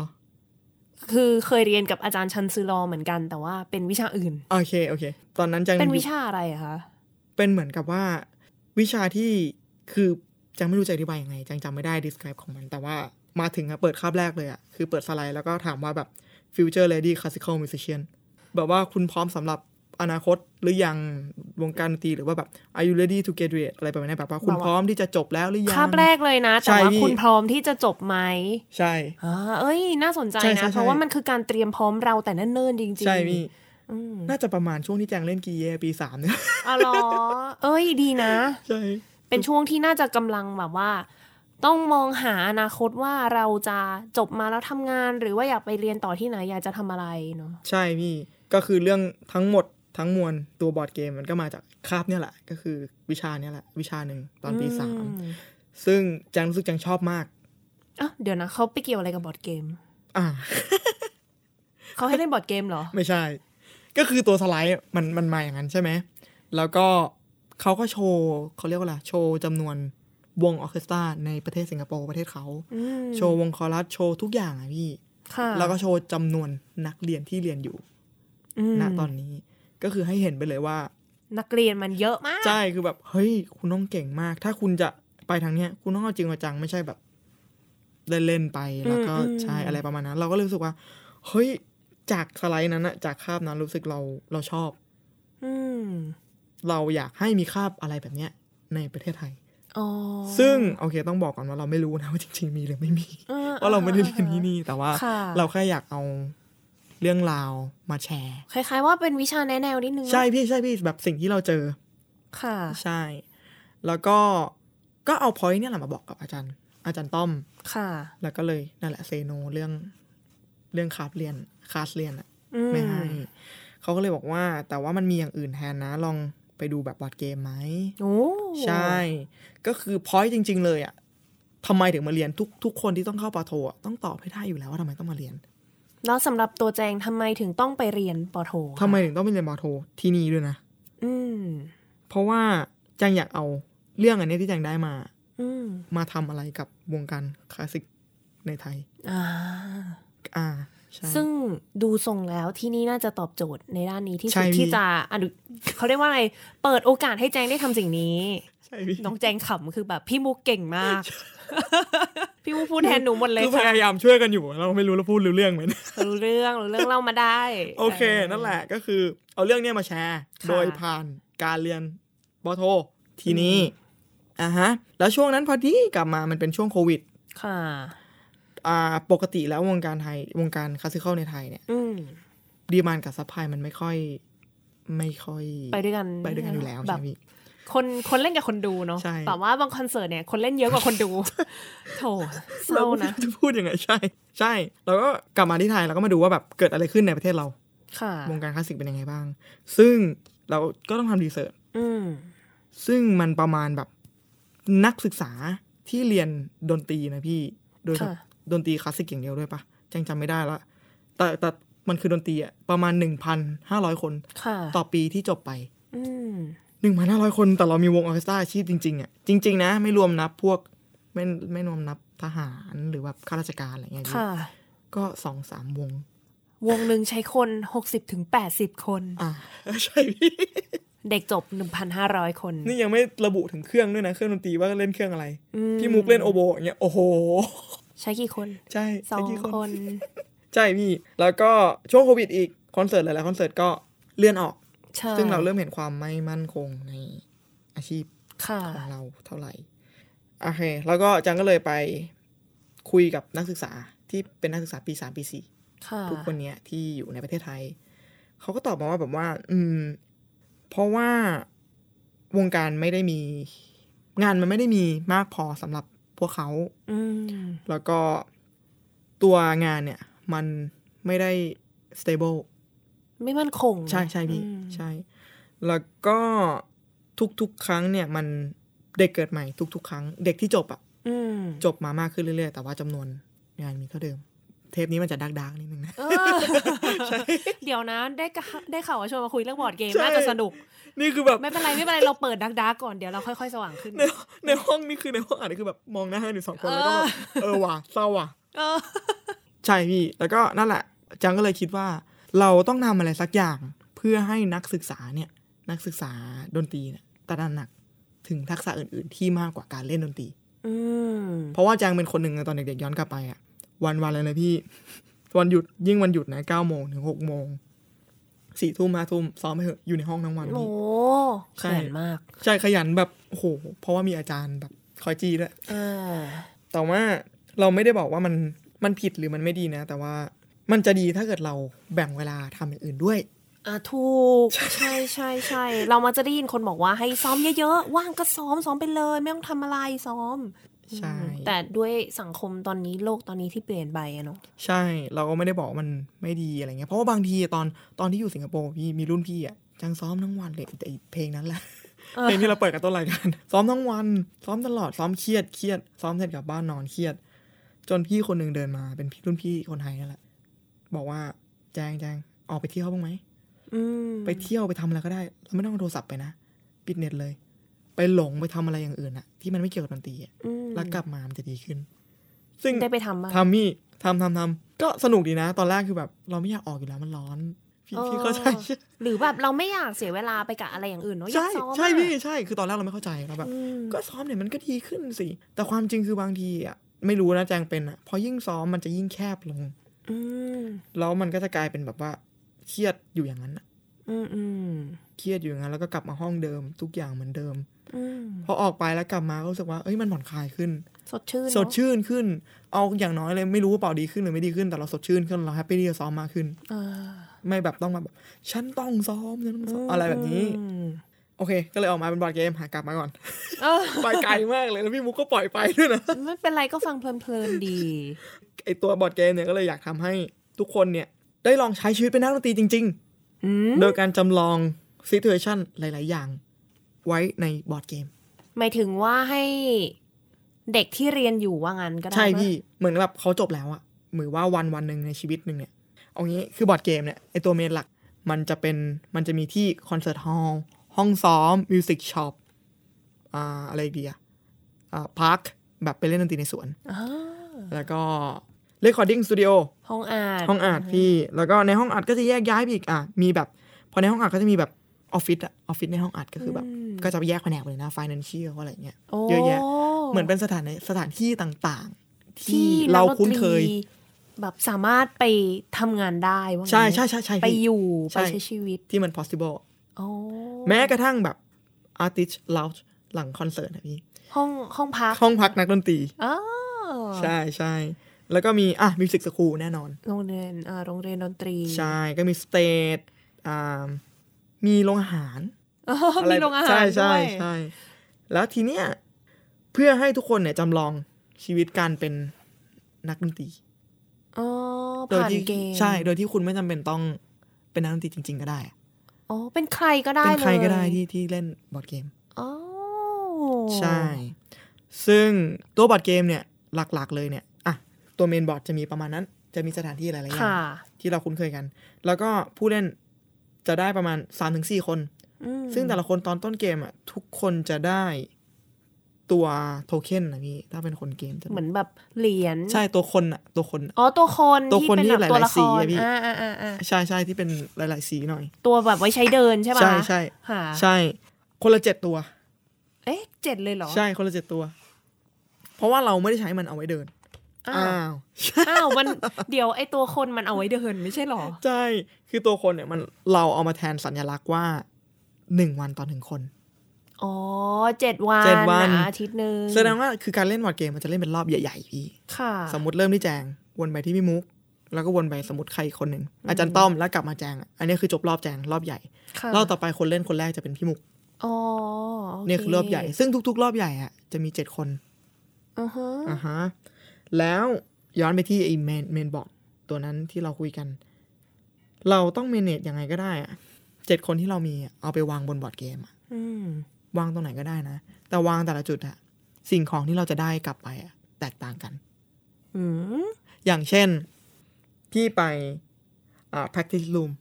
คือเคยเรียนกับอาจารย์ชันซือรอเหมือนกัน แต่ว่าเป็นวิชาอื่น โอเคโอเค ตอนนั้นแจัง เป็นวิชาอะไรอะคะ เป็นเหมือนกับว่า วิชาที่คือแจังไม่รู้จะอธิบายยังไงแจังจำไม่ได้ describe ของมัน แต่ว่ามาถึงอะเปิดคาบแรกเลยอะคือเปิดสไลด์แล้วก็ถามว่าแบบ future lady classical musician แบบว่าคุณพร้อมสำหรับ อนาคตหรือยังวงการดนตรีหรือว่าแบบ are you ready to graduate อะไรประมาณนี้แบบว่าคุณ แบบว่า พร้อมที่จะจบแล้วหรือยัง คาบแรกเลยนะ แต่ว่า ใช่พี่ คุณพร้อมที่จะจบไหม ใช่ อ่าเอ้ย น่าสนใจ ใช่ใช่ นะ ใช่ เพราะว่ามันคือการเตรียมพร้อมเราแต่เนิ่นๆจริงๆ ใช่พี่ อืม น่าจะประมาณช่วงที่แจงเล่นกีเยปีสามเนี่ย อ๋อเหรอเอ้ยดีนะ ใช่ เป็นช่วงที่น่าจะกำลังแบบว่า ต้องมองหาอนาคตว่าเราจะจบมาแล้วทำงาน หรือว่าอยากไปเรียนต่อที่ไหนอยากจะทำอะไรเนาะ ใช่พี่ก็คือเรื่องทั้งหมดทั้งมวลตัวบอร์ดเกมมันก็มาจากคาบเนี่ยแหละ ก็คือวิชาเนี่ยแหละ วิชาหนึ่งตอนปีสาม อื ซึ่งแจงรู้สึกแจงชอบมาก อ่ะเดี๋ยวนะเขาไปเกี่ยวอะไรกับบอร์ดเกม อ่า เขาให้เล่นบอร์ดเกมเหรอ ไม่ใช่ ก็คือตัวสไลด์มันมันมาอย่างนั้นใช่ไหม แล้วก็เขาก็โชว์เขาเรียกว่าอะไร โชว์จำนวนวงออร์เคสตราในประเทศสิงคโปร์ประเทศเขา อืม โชว์วงคอรัสโชว์ทุกอย่างอะพี่ ค่ะ แล้วก็โชว์จำนวนนักเรียนที่เรียนอยู่ อืม ณตอนนี้ ก็คือให้เห็นไปเลยว่า นักเรียนมันเยอะมาก ใช่ คือแบบ เฮ้ย คุณต้องเก่งมาก ถ้าคุณจะไปทางเนี้ย คุณต้องเอาจริงเอาจัง ไม่ใช่แบบ เล่น ๆ ไป แล้วก็ อืมอืม ใช่อะไรประมาณนั้น เราก็เลยรู้สึกว่า เฮ้ย จากสไลด์นั้นอะจากคาบนั้นรู้สึกเราเราชอบ อืม เราอยากให้มีคาบอะไรแบบเนี้ยในประเทศไทย อ๋อ ซึ่งโอเคต้องบอกก่อนว่าเราไม่รู้นะว่าจริง ๆ มีหรือไม่ มี อ่ เพราะเราไม่ได้เรียนที่นี่ แต่ว่า ค่ะ เราแค่อยากเอาเรื่องราวมาแชร์ คล้ายๆว่าเป็นวิชาแนะแนวนิดนึงนะ ใช่พี่ใช่พี่แบบสิ่งที่เราเจอ ค่ะ ใช่ แล้วก็ก็เอาพอยต์เนี่ยแหละมาบอกกับอาจารย์ อาจารย์ต้อม ค่ะ แล้วก็เลยนั่นแหละเซโนเรื่องเรื่องคาบเรียนคาสเรียนอะ อื ไม่ให้เขาก็เลยบอกว่า แต่ว่ามันมีอย่างอื่นแทนนะ ลองไปดูแบบบอร์ดเกมไหม โอ้ ใช่ ก็คือพอยต์จริง ๆ เลยอะทำไมถึงมาเรียนทุกทุกคนที่ต้องเข้าปาโทอะต้องตอบให้ได้อยู่แล้วว่าทำไมต้องมาเรียน แล้วสำหรับตัวแจงทำไมถึงต้องไปเรียนปอโทคะ ทำไมถึงต้องไปเรียนปาโทที่นี่ด้วยนะ อืม เพราะว่าแจังอยากเอาเรื่องอันเนี้ยที่แจังได้มา อืม มาทำอะไรกับวงการคลาสสิกในไทย อ่า อ่า ใช่ ซึ่งดูทรงแล้วที่นี่น่าจะตอบโจทย์ในด้านนี้ที่ ใช่ สุด พี่ ที่จะอนุเขาเรียกว่าอะไร เปิดโอกาสให้แจงได้ทำสิ่งนี้ ใช่พี่ น้องแจงขำคือแบบพี่มุกเก่งมาก พี่มุกพูดแทนหนูหมดเลย คือพ ค่ะ ยายามช่วยกันอยู่ เราไม่รู้เราพูดรู้เรื่องไหม รู้เรื่องรู้เรื่องเล่ามาได้ โอเค นั่นแหละก็คือเอาเรื่องเนี้ยมาแชร์ ค่ะ โดยผ่านการเรียนบอโท ทีนี้อ่าฮะ แล้วช่วงนั้นพอดีกลับมามันเป็นช่วงโควิด ค่ะ อ่าปกติแล้ววงการไทยวงการคลาสสิคอลในไทยเนี่ย อืม ดีมานกับซัพพลายมันไม่ค่อย ไม่ค่อย ไปด้วยกัน ไปด้วยกันอยู่แล้ว แบ ใช่ไหบมพี่ คนคนเล่นกับคนดูเนาะ ใช่ แต่ว่าบางคอนเสิร์ตเนี่ยคนเล่นเยอะกว่าคนดูโถเศร้านะ จะพูดยังไงใช่ ใช่เราก็กลับมาที่ไทยเราก็มาดูว่าแบบเกิดอะไรขึ้นในประเทศเรา ค่ะ วงการคลาสสิกเป็นยังไงบ้าง ซึ่งเราก็ต้องทำรีเสิร์ช อืม ซึ่งมันประมาณแบบนักศึกษาที่เรียนดนตรีนะพี่ โดยเฉ ค่ะ พาะดนตรีคลาสสิกอย่างเดียวด้วยปะแจังจำไม่ได้ละ แต่แต่มันคือดนตรีอะประมาณ 1,500 คน ค่ะ ต่อปีที่จบไป อืม 1,500 คนแต่เรามีวงออร์เคสตราอาชีพจริงๆอะจริง ๆ นะ ไม่รวมนับพวกไม่ไม่รวมนับทหารหรือแบบข้าราชการอะไรเงี้ยพี่ ค่ะ ก็สองสามวง วงหนึ่งใช้คนหกสิบถึงแปดสิบคน อ่า ใช่พี่ เด็กจบหนึ่งพันห้าร้อยคน นี่ยังไม่ระบุถึงเครื่องด้วยนะ เครื่องดนตรีว่าเล่นเครื่องอะไร อืม พี่มุกเล่นโอโบอย่างเงี้ยโอ้โห ใช้กี่คน ใช่ สอง ใช่กี่ คน ใช่พี่ แล้วก็ช่วงโควิดอีก คอนเสิร์ตหลายๆคอนเสิร์ตก็เลื่อนออก ใช่ ซึ่งเราเริ่มเห็นความไม่มั่นคงในอาชีพ ค่ะ ของเราเท่าไหร่ โอเค แล้วก็จังก็เลยไปคุยกับนักศึกษาที่เป็นนักศึกษาปีสามปีสี่ ค่ะ ทุกคนเนี้ยที่อยู่ในประเทศไทย เขาก็ตอบมาว่าแบบว่า อืม เพราะว่าวงการไม่ได้มี งานมันไม่ได้มีมากพอสำหรับพวกเขา อืม แล้วก็ตัวงานเนี่ย มันไม่ได้ stable ไม่มั่นคง ใช่ใช่พี่ อืม ใช่ แล้วก็ทุกๆ ครั้งเนี่ย มันเด็กเกิดใหม่ทุกๆ ครั้ง เด็กที่จบอะ อืม จบมามากขึ้นเรื่อยๆ แต่ว่าจำนวนงานมีเท่าเดิม เทปนี้มันจะดักดักๆนิดนึงนะ เออเดี๋ยวนะได้กะได้ข่าวว่าชวนมาคุยเรื่องบอร์ดเกม ใช่ น่าจะสนุก นี่คือแบบ ไม่เป็นไรไม่เป็นไรเราเปิดดักดาก่อนเดี๋ยวเราค่อยๆ สว่างขึ้น ในในห้องนี่คือในห้องอ่านนี่คือแบบมองหน้ากันอยู่สองคนแล้วก็แบบเออว่ะเศร้าว่ะ เออ ใช่พี่ แล้วก็นั่นแหละจังก็เลยคิดว่า เราต้องทำอะไรสักอย่างเพื่อให้นักศึกษาเนี่ย นักศึกษาดนตรีเนี่ยตระหนักถึงทักษะอื่นๆ ที่มากกว่าการเล่นดนตรี อืม เพราะว่าจังเป็นคนหนึ่งตอนเด็กๆย้อนกลับไปอะวันวันเลยนะพี่ วันหยุดยิ่งวันหยุดนะเก้าโมงถึงหกโมง สี่ทุ่มห้าทุ่มซ้อมไปเถอะอยู่ในห้องทั้งวัน โอ้ พี่ ข ใช่ ยันมาก ใช่ขยันแบบโอ้โหเพราะว่ามีอาจารย์แบบคอยจี้ด้วย เออ แต่ว่าเราไม่ได้บอกว่ามันมันผิดหรือมันไม่ดีนะ แต่ว่ามันจะดีถ้าเกิดเราแบ่งเวลาทำอย่างอื่นด้วย อ่ะถูก ใช่ใช่ใช่เรามักจะได้ยินคนบอกว่าให้ซ้อมเยอะๆ ว่างก็ซ้อมซ้อมไปเลย ไม่ต้องทำอะไรซ้อม ใช่ อืมแต่ด้วยสังคมตอนนี้โลกตอนนี้ที่เปลี่ยนไปอะเนาะ ใช่เราก็ไม่ได้บอกว่ามันไม่ดีอะไรเงี้ยเพราะว่าบางทีตอนตอนที่อยู่สิงคโปร์พี่มีรุ่นพี่อ่ะจังซ้อมทั้งวันเลยแต่ไอ้เพลงนั้นแหละ เออ เพลงที่เราเปิดกับต้นรายการ ซ้อมทั้งวัน ซ้อมตลอดซ้อมเครียดเครียด ซ้อมเสร็จกลับบ้านนอนเครียด จนพี่คนหนึ่งเดินมาเป็นพี่รุ่นพี่คนไทยนั่นแหละ บอกว่าแจงแจงออกไปเที่ยวบ้างไหม อืม ไปเที่ยวไปทำอะไรก็ได้เราไม่ต้องเอาโทรศัพท์ไปนะ ปิดเน็ตเลย ไปหลงไปทำอะไรอย่างอื่นอะที่มันไม่เกี่ยวกับดนตรีอะ อืม แล้วกลับมามันจะดีขึ้น ซึ่ง ได้ไปทำบ้าง ทำมี่ทำทำทำก็สนุกดีนะ ตอนแรกคือแบบ เราไม่อยากออกอยู่แล้วมันร้อน พี่ เออ พี่เข้าใจใช่ หรือแบบเราไม่อยากเสียเวลาไปกับอะไรอย่างอื่นเนาะอยา ใช่ กซ้อมอะ ใช่พี่ใช่คือตอนแรกเราไม่เข้าใจเราแบบ อืม ก็ซ้อมเนี่ยมันก็ดีขึ้นสิ แต่ความจริงคือบางทีอะไม่รู้นะแจงเป็นอะพอยิ่งซ้อมมันจะยิ่งแคบลง อืม แล้วมันก็จะกลายเป็นแบบว่าเครียดอยู่อย่างนั้นอะ อืมอืม เครียดอยู่อย่างนั้นแล้วก็กลับมาห้องเดิม ทุกอย่างเหมือนเดิม อืม พอออกไปแล้วกลับมาก็รู้สึกว่าเอ้ยมันผ่อนคลายขึ้น สดชื่นเนอะ สดชื่นขึ้น เอาอย่างน้อยเลยไม่รู้ว่าเป่าดีขึ้นหรือไม่ดีขึ้นแต่เราสดชื่นขึ้นเราแฮปปี้ที่จะซ้อมมากขึ้น เออ ไม่แบบต้องมาแบบฉันต้องซ้อมฉันต้องซ้อม ม อะไรแบบนี้ อืม โอเค ก็เลยออกมาเป็นบอร์ดเกมหากลับมาก่ อน เออ ไปไกลมากเลยแล้วพี่มุกก็ปล่อยไปด้วยนะ ไม่เป็นไรก็ฟังเพลินๆดี ไอตัวบอร์ดเกมเนี่ยก็เลยอยากทำให้ทุกคนเนี่ยได้ลองใช้ชีวิตเป็นนักดนตรีจริง อืม ๆ โดยการจำลองซีทูเอชันหลาย ๆ อย่าง ไว้ในบอร์ดเกม หมายถึงว่าให้เด็กที่เรียนอยู่ว่างั้นก็ได้ ใช่ ปะ พี่ เหมือนแบบเขาจบแล้วอะเหมือนว่าวันวันหนึ่งในชีวิตหนึ่งเนี่ย เอางี้คือบอร์ดเกมเนี่ยไอตัวเมนหลักมันจะเป็นมันจะมีที่คอนเสิร์ตฮอลล์ห้องซ้อม มิวสิกช็อปอ่าอะไรอีกดีอะอ่าพาร์ค แบบไปเล่นดนตรีในสวน อ่า แล้วก็เ e คคอร์ดิ้งสตูดิโอ ห้องอ่าน ห้องอัดพี่ แล้วก็ในห้องอัดก็จะแยกย้ายไปอีกอ่ะมีแบบ พอในห้องอัดก็จะมีแบบออฟฟิศอะออฟฟิศในห้องอัดก็คือแบบ ก็จะแยกแผนกไปเลยนะ financial อะไรอย่างเงี้ย โ เยอะแยะ เหมือนเป็นสถานสถานที่ต่างๆ ที่ ที่ เราคุ้นเคย กดนตรีแบบสามารถไปทำงานได้ว่างั้น ใช่ใช่ใช่ใช่พี่ ไปอยู่ ใช่ ไปใช้ชีวิต ที่มัน possible โอ้ แม้กระทั่งแบบ artist lounge หลังคอนเสิร์ตนะพี่ ห้องห้องพัก ห้องพักนักดนตรี อ๋อ ใช่ใช่แล้วก็มี อ่ะมิวสิกสคูลแน่นอน โรงเรียนเอ่อโรงเรียนดนตรี ใช่ ก็มีสเตจอ่ามีโรงอาหาร เออ อะไร มีโรงอาหาร ใช่ใช่ ด้วย ใช่แล้วทีเนี้ยเพื่อให้ทุกคนเนี่ยจำลองชีวิตการเป็นนักดนตรี อ๋อ โดย ผ่าน ที่ เกม ใช่ โดยที่คุณไม่จำเป็นต้องเป็นนักดนตรีจริง ๆ ก็ได้อะ อ๋อเป็นใครก็ได้ เป็น เลย ใครก็ได้ที่ที่เล่นบอร์ดเกม อ๋อ ใช่ ซึ่งตัวบอร์ดเกมเนี่ยหลักๆ เลยเนี่ย อ่ะ ตัวเมนบอร์ดจะมีประมาณนั้น จะมีสถานที่หลายๆอย่า ค่ะ งที่เราคุ้นเคยกัน แล้วก็ผู้เล่นจะได้ประมาณ 3-4 คน อืม ซึ่งแต่ละคนตอนต้นเกมอ่ะ ทุกคนจะได้ตัวโทเค็นนะพี่ ถ้าเป็นคนเกมจะ เหมือนแบบเหรียญ ใช่ตัวคนอ่ะ ตัวคนอะ อ๋อตัวคน ตัวคน ที่เป็นแบบ ที่หตัวลายๆ ละค สี ร อะพี่ อ่าอ่าอ่าอ่า ใช่ใช่ที่เป็นหลาย ๆ สีหน่อย ตัวแบบไว้ใช้เดินใช่ปะ ใช่ใช่ ค่ะ ใช่ คนละเจ็ดตัว เอ๊ะเจ็ดเลยเหรอ ใช่คนละเจ็ดตัว เพราะว่าเราไม่ได้ใช้มันเอาไว้เดิน อ้าว อ้าว อ้าวมันเดี๋ยวไอ้ตัวคนมันเอาไว้เดินไม่ใช่เหรอ ใช่ คือตัวคนเนี่ยมันเราเอามาแทนสัญลักษณ์ว่าหนึ่งวันต่อหนึ่งคน อ๋อเจ็ดวัน เจ็ดวัน อ่ะอาทิตย์หนึ่ง แสดงว่าคือการเล่นวอร์ดเกมมันจะเล่นเป็นรอบใหญ่ๆพี่ ค่ะ สมมติเริ่มที่แจง วนไปที่พี่มุก แล้วก็วนไปสมมติใครอีกคนหนึ่งอาจารย์ต้อมแล้วกลับมาแจง อันนี้คือจบรอบแจงรอบใหญ่ ค่ะ รอบต่อไปคนเล่นคนแรกจะเป็นพี่มุก อ๋อโเ เนี่ยคือรอบใหญ่ ซึ่งทุก ๆ รอบใหญ่อะจะมีเจ็ดคน อือฮะ อ่าฮะ แล้วย้อนไปที่ไอ้เมนเมนบอร์ดตัวนั้นที่เราคุยกัน เราต้องเมเนจยังไงก็ได้อะเจ็ดคนที่เรามีอะเอาไปวางบนบอร์ดเกมอะ อืม วางตรงไหนก็ได้นะ แต่วางแต่ละจุดอะสิ่งของที่เราจะได้กลับไปอะแตกต่างกัน อืม อย่างเช่น พี่ไปอ่า practice room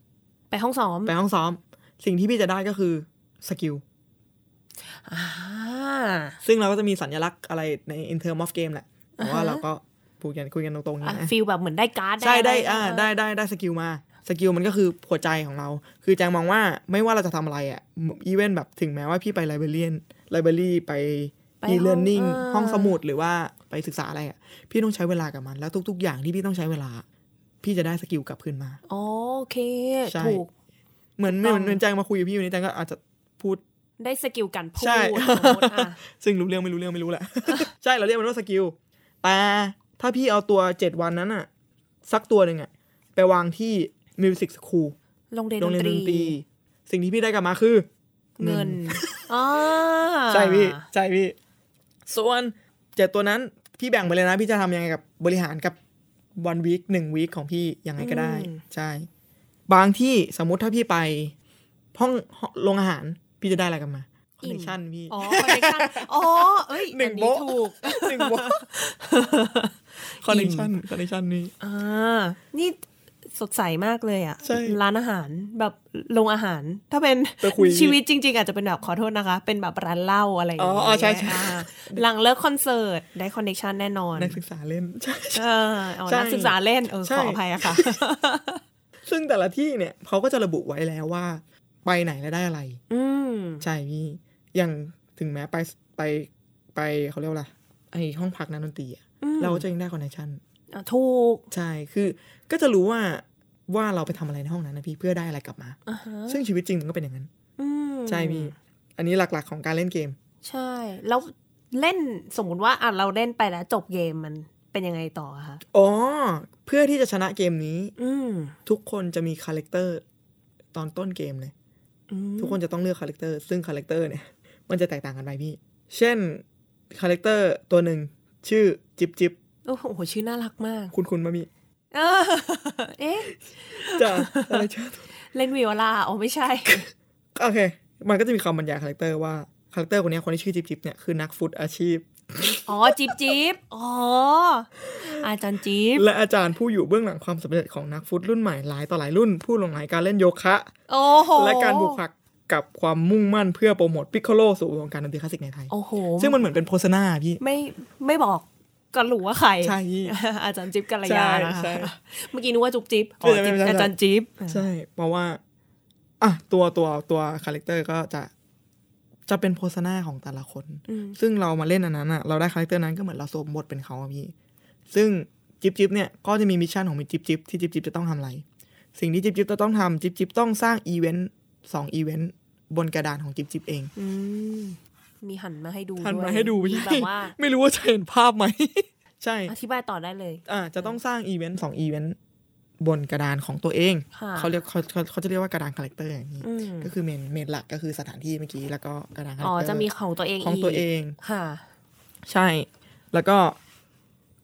ไปห้องซ้อม ไปห้องซ้อม สิ่งที่พี่จะได้ก็คือสกิล อ่า ซึ่งเราก็จะมีสัญลักษณ์อะไรใน in term of game แหละ แต่ว่า อ่าฮะ เราก็พูดกันคุยกันตรงๆอย่าง อ่ะ นี้นะ ฟีลแบบเหมือนได้การ์ด ใช่ได้ ะร อ่าได้ได้ได้สกิลมา สกิลมันก็คือหัวใจของเรา คือแจงมองว่าไม่ว่าเราจะทำอะไรอะอีเวนแบบถึงแม้ว่าพี่ไปไลบรารีไลบรารีไป ไป e ี ห้ง เลิร์นนิ่ง า ห้องสมุดหรือว่าไปศึกษาอะไรอ่ะ พี่ต้องใช้เวลากับมัน แล้วทุก ๆ อย่างที่พี่ต้องใช้เวลา พี่จะได้สกิลกลับคืนมา อ๋อโอเค ใช่ ถูก เหมือนเหมือนเหมือนแจงมาคุยกับพี่อยู่นี่แจงก็อาจจะพูด ได้สกิลกันพูด ใช่ สมมติอ่ะ ซึ่งรู้เรื่องไม่รู้เรื่องไม่รู้แหละ ใช่เราเรียกมันว่าสกิลแต่ถ้าพี่เอาตัวเจ็ดวันนั้นอะสักตัวหนึ่งอะไปวางที่มิวสิกสคูล โรงเรียน โร ด ง น เรียนดตรี นตรี สิ่งที่พี่ได้กลับมาคือ เงิน อ๋อ ใช่พี่ใช่พี่ ส่วนเจ็ดตัวนั้น พี่แบ่งไปเลยนะ พี่จะทำยังไงกับบริหารกับวันวีคหนึ่งวีคของพี่ยังไงก็ได้ ใช่ บางที่สมมุติถ้าพี่ไปห้องห้องโรงอาหาร พี่จะได้อะไรกลับมาคอนเนคชั่นพี่ อ๋อคอนเนคชั่นอ๋อเอ้ย หนึ่ง อั โบ๊ะ ถูก หนึ่งวันคอนเนคชั่นคอนเนคชั่นนี่ อ่า นี่สดใสมากเลยอ่ะ ใช่ ร้านอาหารแบบโรงอาหาร ถ้าเป็น ไปคุย ชีวิตจริง ๆ อาจจะเป็นแบบขอโทษนะคะ เป็นแบบร้านเหล้าอะไรอย่างเงี้ อ๋ ย ออ๋อใช่ใช่ อ่าหลังเลิกคอนเสิร์ต ได้คอนเนคชันแน่นอน นักศึกษาเล่นใช่ เออเอา ใช่ นักศึกษาเล่นเออ ใช่ ขออภัยอะค่ะ ซึ่งแต่ละที่เนี่ยเขาก็จะระบุไว้แล้วว่า ไปไหนแล้วได้อะไร อืม ใช่พี่อย่างถึงแม้ไปไปไปเขาเรียกว่าอะไรไอห้องพักนักดนตรีอะ อืม เราก็จะยังได้คอนเนคชั่น อ่ะถูก ใช่คือก็จะรู้ว่าว่าเราไปทำอะไรในห้องนั้นนะพี่เพื่อได้อะไรกลับมา อ่าฮะ ซึ่งชีวิตจริงมันก็เป็นอย่างนั้น อืม ใช่พี่อันนี้หลักๆของการเล่นเกม ใช่ แล้วเล่นสมมติว่าอ่ะเราเล่นไปแล้วจบเกมมันเป็นยังไงต่ออะคะ อ๋อ เพื่อที่จะชนะเกมนี้ อืม ทุกคนจะมีคาแรคเตอร์ตอนต้นเกมเลย อืม ทุกคนจะต้องเลือกคาแรคเตอร์ ซึ่งคาแรคเตอร์เนี่ย มันจะแตกต่างกันไปพี่ เช่นคาแรคเตอร์ตัวหนึ่งชื่อจิบจิบ โอ้โหชื่อน่ารักมาก คุณคุณมามี เออ เอ๊ะ จะอะไรชื่อ เล่นวิโอลาอ๋อไม่ใช่ โอเค มันก็จะมีคำบรรยายคาแรคเตอร์ว่าคาแรคเตอร์คนเนี้ยคนที่ชื่อจิบจิบเนี่ยคือนักฟุตอาชีพ อ๋อ จิบจิบอ๋อ อาจารย์จิ บ และอาจารย์ผู้อยู่เบื้องหลังความสำเร็จของนักฟุตรุ่นใหม่หลายต่อหลายรุ่น ผู้หลงไหลการเล่นโยคะ โอ้โห และการบุกผักกับความมุ่งมั่นเพื่อโปรโมทปิคโคโลสู่วงการดนตรีคลาสสิกในไทย โอ้โห ซึ่งมันเหมือนเป็นโฆษณาพี่ ไม่ไม่บอกก็รู้ว่าใคร ใช่พี่ อาจารย์จิบกัล ใช่ ยานะคะ ใช่ เมื่อกี้นึกว่าจุบจิบอ๋อ ไม่ จิบ ใช่ไม่ใช่ อาจารย์จิบ ใช่ เพราะว่า อ่ะตัวตัวตัวคาแรคเตอร์ก็จะจะเป็นโฆษณาของแต่ละคน อืม ซึ่งเรามาเล่นอันนั้นอะเราได้คาแรคเตอร์นั้นก็เหมือนเราสวมบทเป็นเขาอะพี่ ซึ่งจิ๊บจิ๊บเนี่ยก็จะมีมิชชั่นของมิจิ๊บจิ๊บที่จิ๊บจิ๊บจะต้องทำอะไร สิ่งที่จิ๊บจิ๊บจะต้องทำจิ๊บจิ๊บต้องสร้างอีเวนต์สองอีเวนต์บนกระดานของจิ๊บจิ๊บเอง อืมมีหันมาให้ดู ทัน วย มาให้ดู มี พี่ แบบว่า ไม่รู้ว่าจะเห็นภาพไหม ใช่ อธิบายต่อได้เลย อ่าจะต้องสร้างอีเวนต์สองอีเวนต์บนกระดานของตัวเอง ค่ะ เขาเรียกเขาเขาเขาจะเรียกว่ากระดานคาแรคเตอร์อย่างนี้ อืม ก็คือเมนเมนหลักก็คือสถานที่เมื่อกี้แล้วก็กระดานคาแรค อ๋อ เตอร์ จะมีของตัวเอง ของตัวเอง ค่ะ ใช่ แล้วก็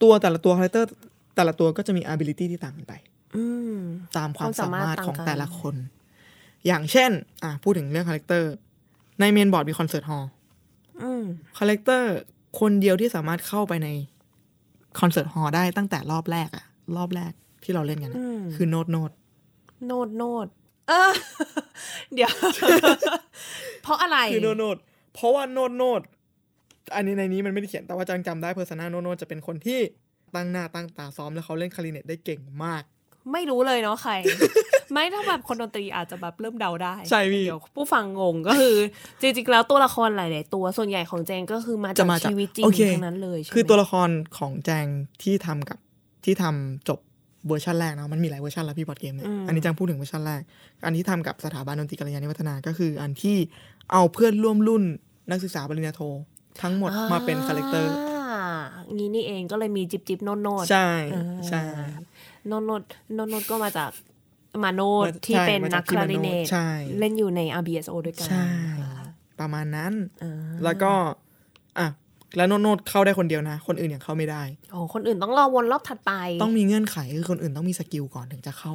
ตัวแต่ละตัวคาแรคเตอร์แต่ละตัวก็จะมี ability ที่ต่างกันไป อืม ตามความ ความสามสาารถ มารถของ ต่างกัน แต่ละคน อย่างเช่น อ่ะพูดถึงเรื่องคาแรคเตอร์ ในเมนบอร์ดมีคอนเสิร์ตฮอลล์ อืม คาแรคเตอร์คนเดียวที่สามารถเข้าไปในคอนเสิร์ตฮอลล์ได้ตั้งแต่รอบแรกอะรอบแรกที่เราเล่นกันอะ อืม คือโนดโนด โนดโนด เออ เดี๋ยว เพราะอะไร คือโนโนด เพราะว่าโนดโนด อันนี้ในนี้มันไม่ได้เขียนแต่ว่าจังจำได้เพอร์ซนาโนโนดจะเป็นคนที่ตั้งหน้าตั้งตาซ้อมแล้วเขาเล่นคลาริเนตได้เก่งมาก ไม่รู้เลยเนาะใคร ไม่ถ้าแบบคนดนตรีอาจจะแบบเริ่มเดาได้ ใช่พี่ เดี๋ยวผู้ฟังงงก็คือ จริงๆแล้วตัวละครหลายๆตัวส่วนใหญ่ของเจงก็คือมาจา จะ ก มาจาก ชีวิตจริง โอเค ทั้งนั้นเลยใช่ไหม คือตัวละครของแจงที่ทำกับที่ทำจบเวอร์ชันแรกเนาะมันมีหลายเวอร์ชันแล้วพี่บอดเกมเนี่ยอันนี้แจังพูดถึงเวอร์ชันแรก อันที่ทำกับสถาบันดนตรีกัลยาณิวัฒนาก็คือ อันที่เอาเพื่อนร่วมรุ่นนักศึกษาปริญญาโท ทั้งหมด อ่ มาเป็นคาแรคเตอร์ งี้นี่เองก็เลยมีจิบจิบโนดโนด ใช่ใช่ อ่าโนดโนดโนดโนดก็มาจากมาโนด มา ที่ ใช่ เป็น มา นั จาก ก คลาริเนต ที่มาโนดใช่ เล่นอยู่ใน RBSO ด้วยกัน ใช่ ประมาณนั้น อ่า แล้วก็ อ่ะ แล้วโนตโนตเข้าได้คนเดียวนะ คนอื่นอย่างเข้าไม่ได้ โอ้คนอื่นต้องรอวนรอบถัดไป ต้องมีเงื่อนไขคือคนอื่นต้องมีสกิลก่อนถึงจะเข้า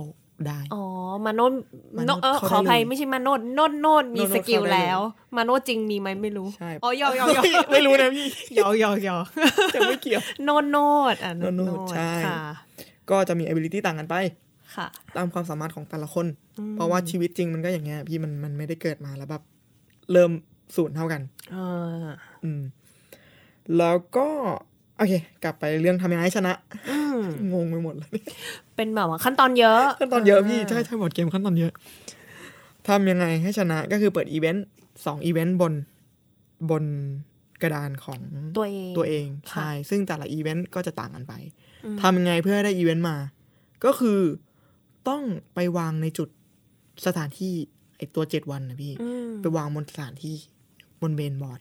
ได้ อ๋อ มาโนด มา โน โนด เออข เข้าได้ ออภัย เลย ไม่ใช่มาโนดโนดโนดมี โนดโนด สกิล เข้าได้เลย แล้ว มาโนดจริงมีไหมไม่รู้ ใช่ อ๋อยอกยอกยอก ไม่ไม่รู้นะพี่ ยอกยอกยอก จะไม่เกี่ยว โนดโนดอ่ะโนดโน โนดโน ด ดใช่ ค่ะ ก็จะมี ability ต่างกันไป ค่ะ ตามความสามารถของแต่ละคน อืม เพราะว่าชีวิตจริงมันก็อย่างเงี้ยพี่มันมันไม่ได้เกิดมาแล้วแบบ เริ่มศูนย์เท่ากัน เออ อืม แล้วก็ โอเค กลับไปเรื่องทำยังไงให้ชนะ อืม งงไปหมดเลย เป็นแบบว่าขั้นตอนเยอะ ขั้นตอนเยอะพี่ใช่ใช่บอร์ดเกมขั้นตอนเยอะทำยังไงให้ชนะก็คือเปิดอีเวนต์สองอีเวนต์บนบนกระดานของ ตัวเอง ตัวเอง ค่ะ ใช่ซึ่งแต่ละอีเวนต์ก็จะต่างกันไป อืม ทำยังไงเพื่อให้ได้อีเวนต์มา ก็คือต้องไปวางในจุดสถานที่ ไอตัวเจ็ดวันนะพี่ อืม ไปวางบนสถานที่บนเมนบอร์ด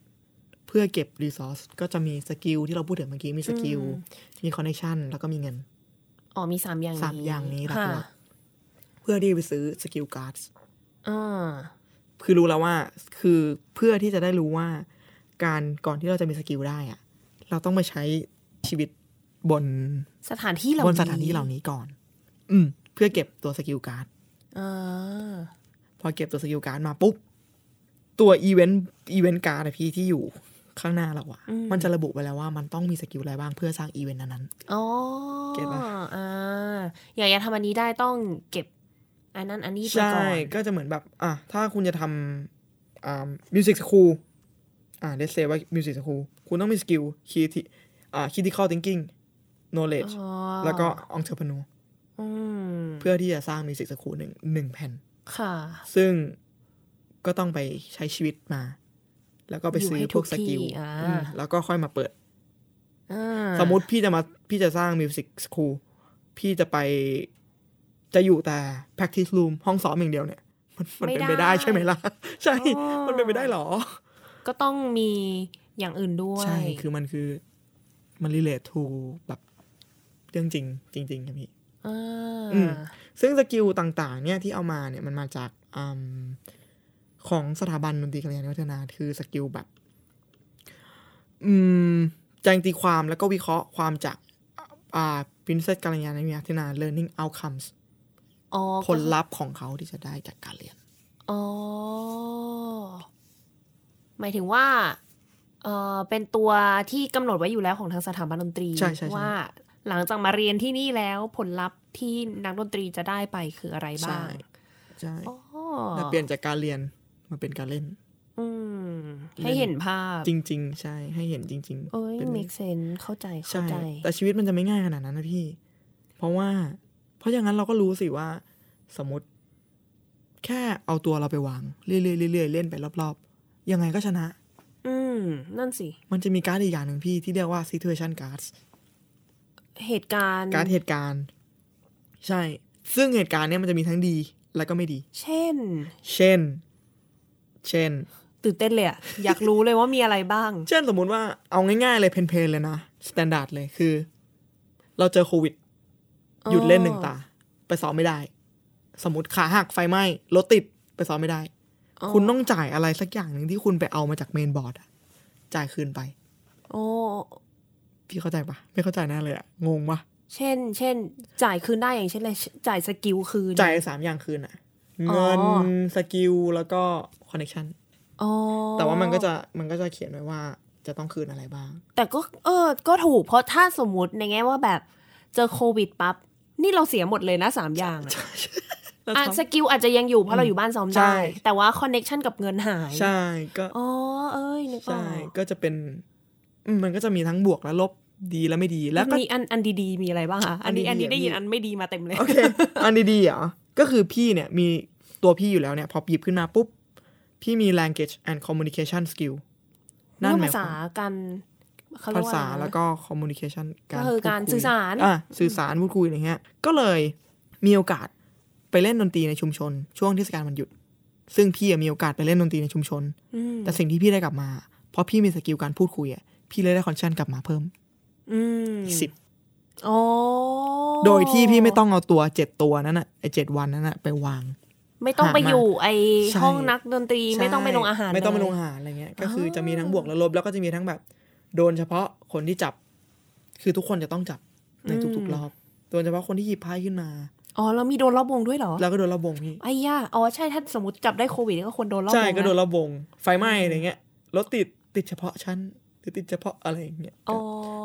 เพื่อเก็บรีซอสก็จะมีสกิลที่เราพูดถึงเมื่อกี้มีสกิล มีคอนเนคชันแล้วก็มีเงิน อ๋อมีสามอย่างนี้ สามอย่างนี้หลักๆ ค่ะ เพื่อที่ไปซื้อสกิลการ์ด อ่า คือรู้แล้วว่าคือเพื่อที่จะได้รู้ว่าการก่อนที่เราจะมีสกิลได้อะเราต้องมาใช้ชีวิตบน สถานที่เหล่า บ นี้ นสถานที่เหล่านี้ก่อน อืม เพื่อเก็บตัวสกิลการ์ด อ่า พอเก็บตัวสกิลการ์ดมาปุ๊บ ตัวอีเวนต์อีเวนต์การ์ดอะพี่ที่อยู่ข้างหน้าเราอะมันจะระบุไว้แล้วว่ามันต้องมีสกิลอะไรบ้างเพื่อสร้างอีเวนต์นั้น อ๋อ เก็ตปะ อ่าอย่างจะทำอันนี้ได้ต้องเก็บ อันนั้นอันนี้ ๆ ไปก่อน ก็จะเหมือนแบบ อ่ะ ถ้าคุณจะทำอ่ามิวสิกสคูลอ่าเลสเซว่ามิวสิกสคูลคุณต้องมีสกิลคีทีอ่าคิดิคอลทิงกิ้งโนเลจ อ๋อ แล้วก็องเทอร์พนู อืม เพื่อที่จะสร้างมิวสิกสคูลหนึ่งหนึ่งแผ่น ค่ะ ซึ่งก็ต้องไปใช้ชีวิตมา แล้วก็ไปซื้อพวกสกิล อยู่ให้ถูกที่อ่า อืมแล้วก็ค่อยมาเปิด อ่า สมมติพี่จะมาพี่จะสร้างมิวสิกสคูลพี่จะไปจะอยู่แต่ practice room ห้องซ้อมอย่างเดียวเนี่ย มันมันเป็นไปได้ใช่ไหมล่ะ ใช่ มันเป็นไปได้เหรอ ก็ต้องมีอย่างอื่นด้วย ใช่คือมันคือมัน relate to แบบเรื่องจริง จริงๆครับพี่ อ่า อืม ซึ่งสกิลต่างๆ เนี่ยที่เอามาเนี่ยมันมาจากอมของสถาบันดนตรีกัลยาณวัฒนา คือสกิลแบบ อืมจังตีความแล้วก็วิเคราะห์ความจากอ่า Princess กัลยาณวัฒนา learning outcomes อ๋อ ผลลัพธ์ของเขาที่จะได้จากการเรียน อ๋อ หมายถึงว่า เออเป็นตัวที่กำหนดไว้อยู่แล้วของทางสถาบันดนตรี ใช่ใช่ใช่ ว่าหลังจากมาเรียนที่นี่แล้วผลลัพธ์ที่นักดนตรีจะได้ไปคืออะไรบ้าง ใช่ อ๋อ แต่เปลี่ยนจากการเรียนมาเป็นการเล่น อืม ให้เห็นภาพ จริง ๆ ใช่ ให้เห็นจริง ๆ เอ้ย เป็น make sense เข้าใจ ใช่ เข้าใจ แต่ชีวิตมันจะไม่ง่ายขนาดนั้นนะพี่ เพราะว่า เพราะอย่างนั้นเราก็รู้สิว่า สมมติ แค่เอาตัวเราไปวางเรื่อยๆเรื่อยๆเล่นไปรอบๆ ยังไงก็ชนะ อืม นั่นสิ มันจะมีการ์ดอีกอย่างหนึ่งพี่ที่เรียกว่า situation cards เหตุการณ์ การ์ดเหตุการณ์ ใช่ ซึ่งเหตุการณ์เนี่ยมันจะมีทั้งดีและก็ไม่ดี เช่น เช่น เช่น ตื่นเต้นเลย อะอยากรู้เลยว่ามีอะไรบ้าง เช่นสมมุติว่าเอาง่ายๆเลยเพนๆเลยนะสแตนดาร์ดเลยคือ เราเจอโควิด หยุดเล่นหนึ่งตา ไปสอบไม่ได้ สมมติขาหักไฟไหม้รถติดไปสอบไม่ได้ อ๋อ คุณต้องจ่ายอะไรสักอย่างหนึ่งที่คุณไปเอามาจากเมนบอร์ดอะจ่ายคืนไป โอ้ พี่เข้าใจปะไม่เข้าใจแน่เลยอะงงปะ เช่น เช่น จ่ายคืนได้อย่างเช่นอะไรจ่ายสกิลคืน จ่ายสามอย่างคืนอะ อ๋ เงิ อ นสกิลแล้วก็คอนเนคชัน อ๋อ แต่ว่ามันก็จะมันก็จะเขียนไว้ว่าจะต้องคืนอะไรบ้าง แต่ก็ เออ ก็ถูก เพราะถ้าสมมติในแง่ว่าแบบเจอโควิดปั๊บ นี่เราเสียหมดเลยนะสามอย่างอะอ่ะสกิลอาจจะยังอยู่เพราะเราอยู่บ้านซ้อม ใช่ ได้ แต่ว่าคอนเน็ชันกับเงินหาย ใช่ก็ อ๋อ เอ้ยนึกออ ใช่ ก ก็จะเป็นอืมมันก็จะมีทั้งบวกและลบดีและไม่ดี แล้วก็ มีอันอันดีๆ มีอะไรบ้างคะอันนี้ อั อั น น ดีๆ นี้ได้ยิน มี อันไม่ดีมาเต็มเลย โอเค อันดีๆเหรอ ก็คือพี่เนี่ยมีตัวพี่อยู่แล้วเนี่ย พอหยิบขึ้นมาปุ๊บ พี่มี language and communication skill นั่นเรื่อง หมาย ภา ควา ษาม กันเขเย ภาก ว่ ษา อะไรนะ แล้วก็ communication การ ก็คือ พูดย การสื่อสาร อ่ะสื่อสารพูดคุยอะไรเงี้ย ก็เลยมีโอกาสไปเล่นดนตรีในชุมชน ช่วงเทศกาลวันหยุด ซึ่งพี่อะมีโอกาสไปเล่นดนตรีในชุมชน อืม แต่สิ่งที่พี่ได้กลับมา เพราะพี่มีสกิลการพูดคุยอะพี่เลยได้คอนเชันกลับมาเพิ่ม อืม สิบ อ๋อ โดยที่พี่ไม่ต้องเอาตัวเจ็ดตัวนั้นน่ะไอเจ็ดวันนั้นน่ะไปวาง ไม่ต้องไป หามา อยู่ไอ ใช่ ห้องนักดนตรีไม่ต้องไปลงอาหาร ไม่ต้องไป เลย ลงอาหารอะไรเงี้ย ก็คือจะมีทั้งบวกและลบแล้วก็จะมีทั้งแบบ โดนเฉพาะคนที่จับ คือทุกคนจะต้องจับในทุก อืม ๆรอบโดนเฉพาะคนที่หยิบไพ่ขึ้นมา อ๋อแล้วมีโดนรอบวงด้วยเหรอ แล้วก็โดนระบงพี่ ไอ้ย่าอ๋อใช่ถ้าสมมติจับได้โควิดก็ควรโดนรอบวง ใช่ก็โดน นะ ระบงไฟไหม้อะไรเงี้ยรถติดติดเฉพาะชั้นหรือติดเฉพาะอะไรอย่างเงี้ย อ๋อ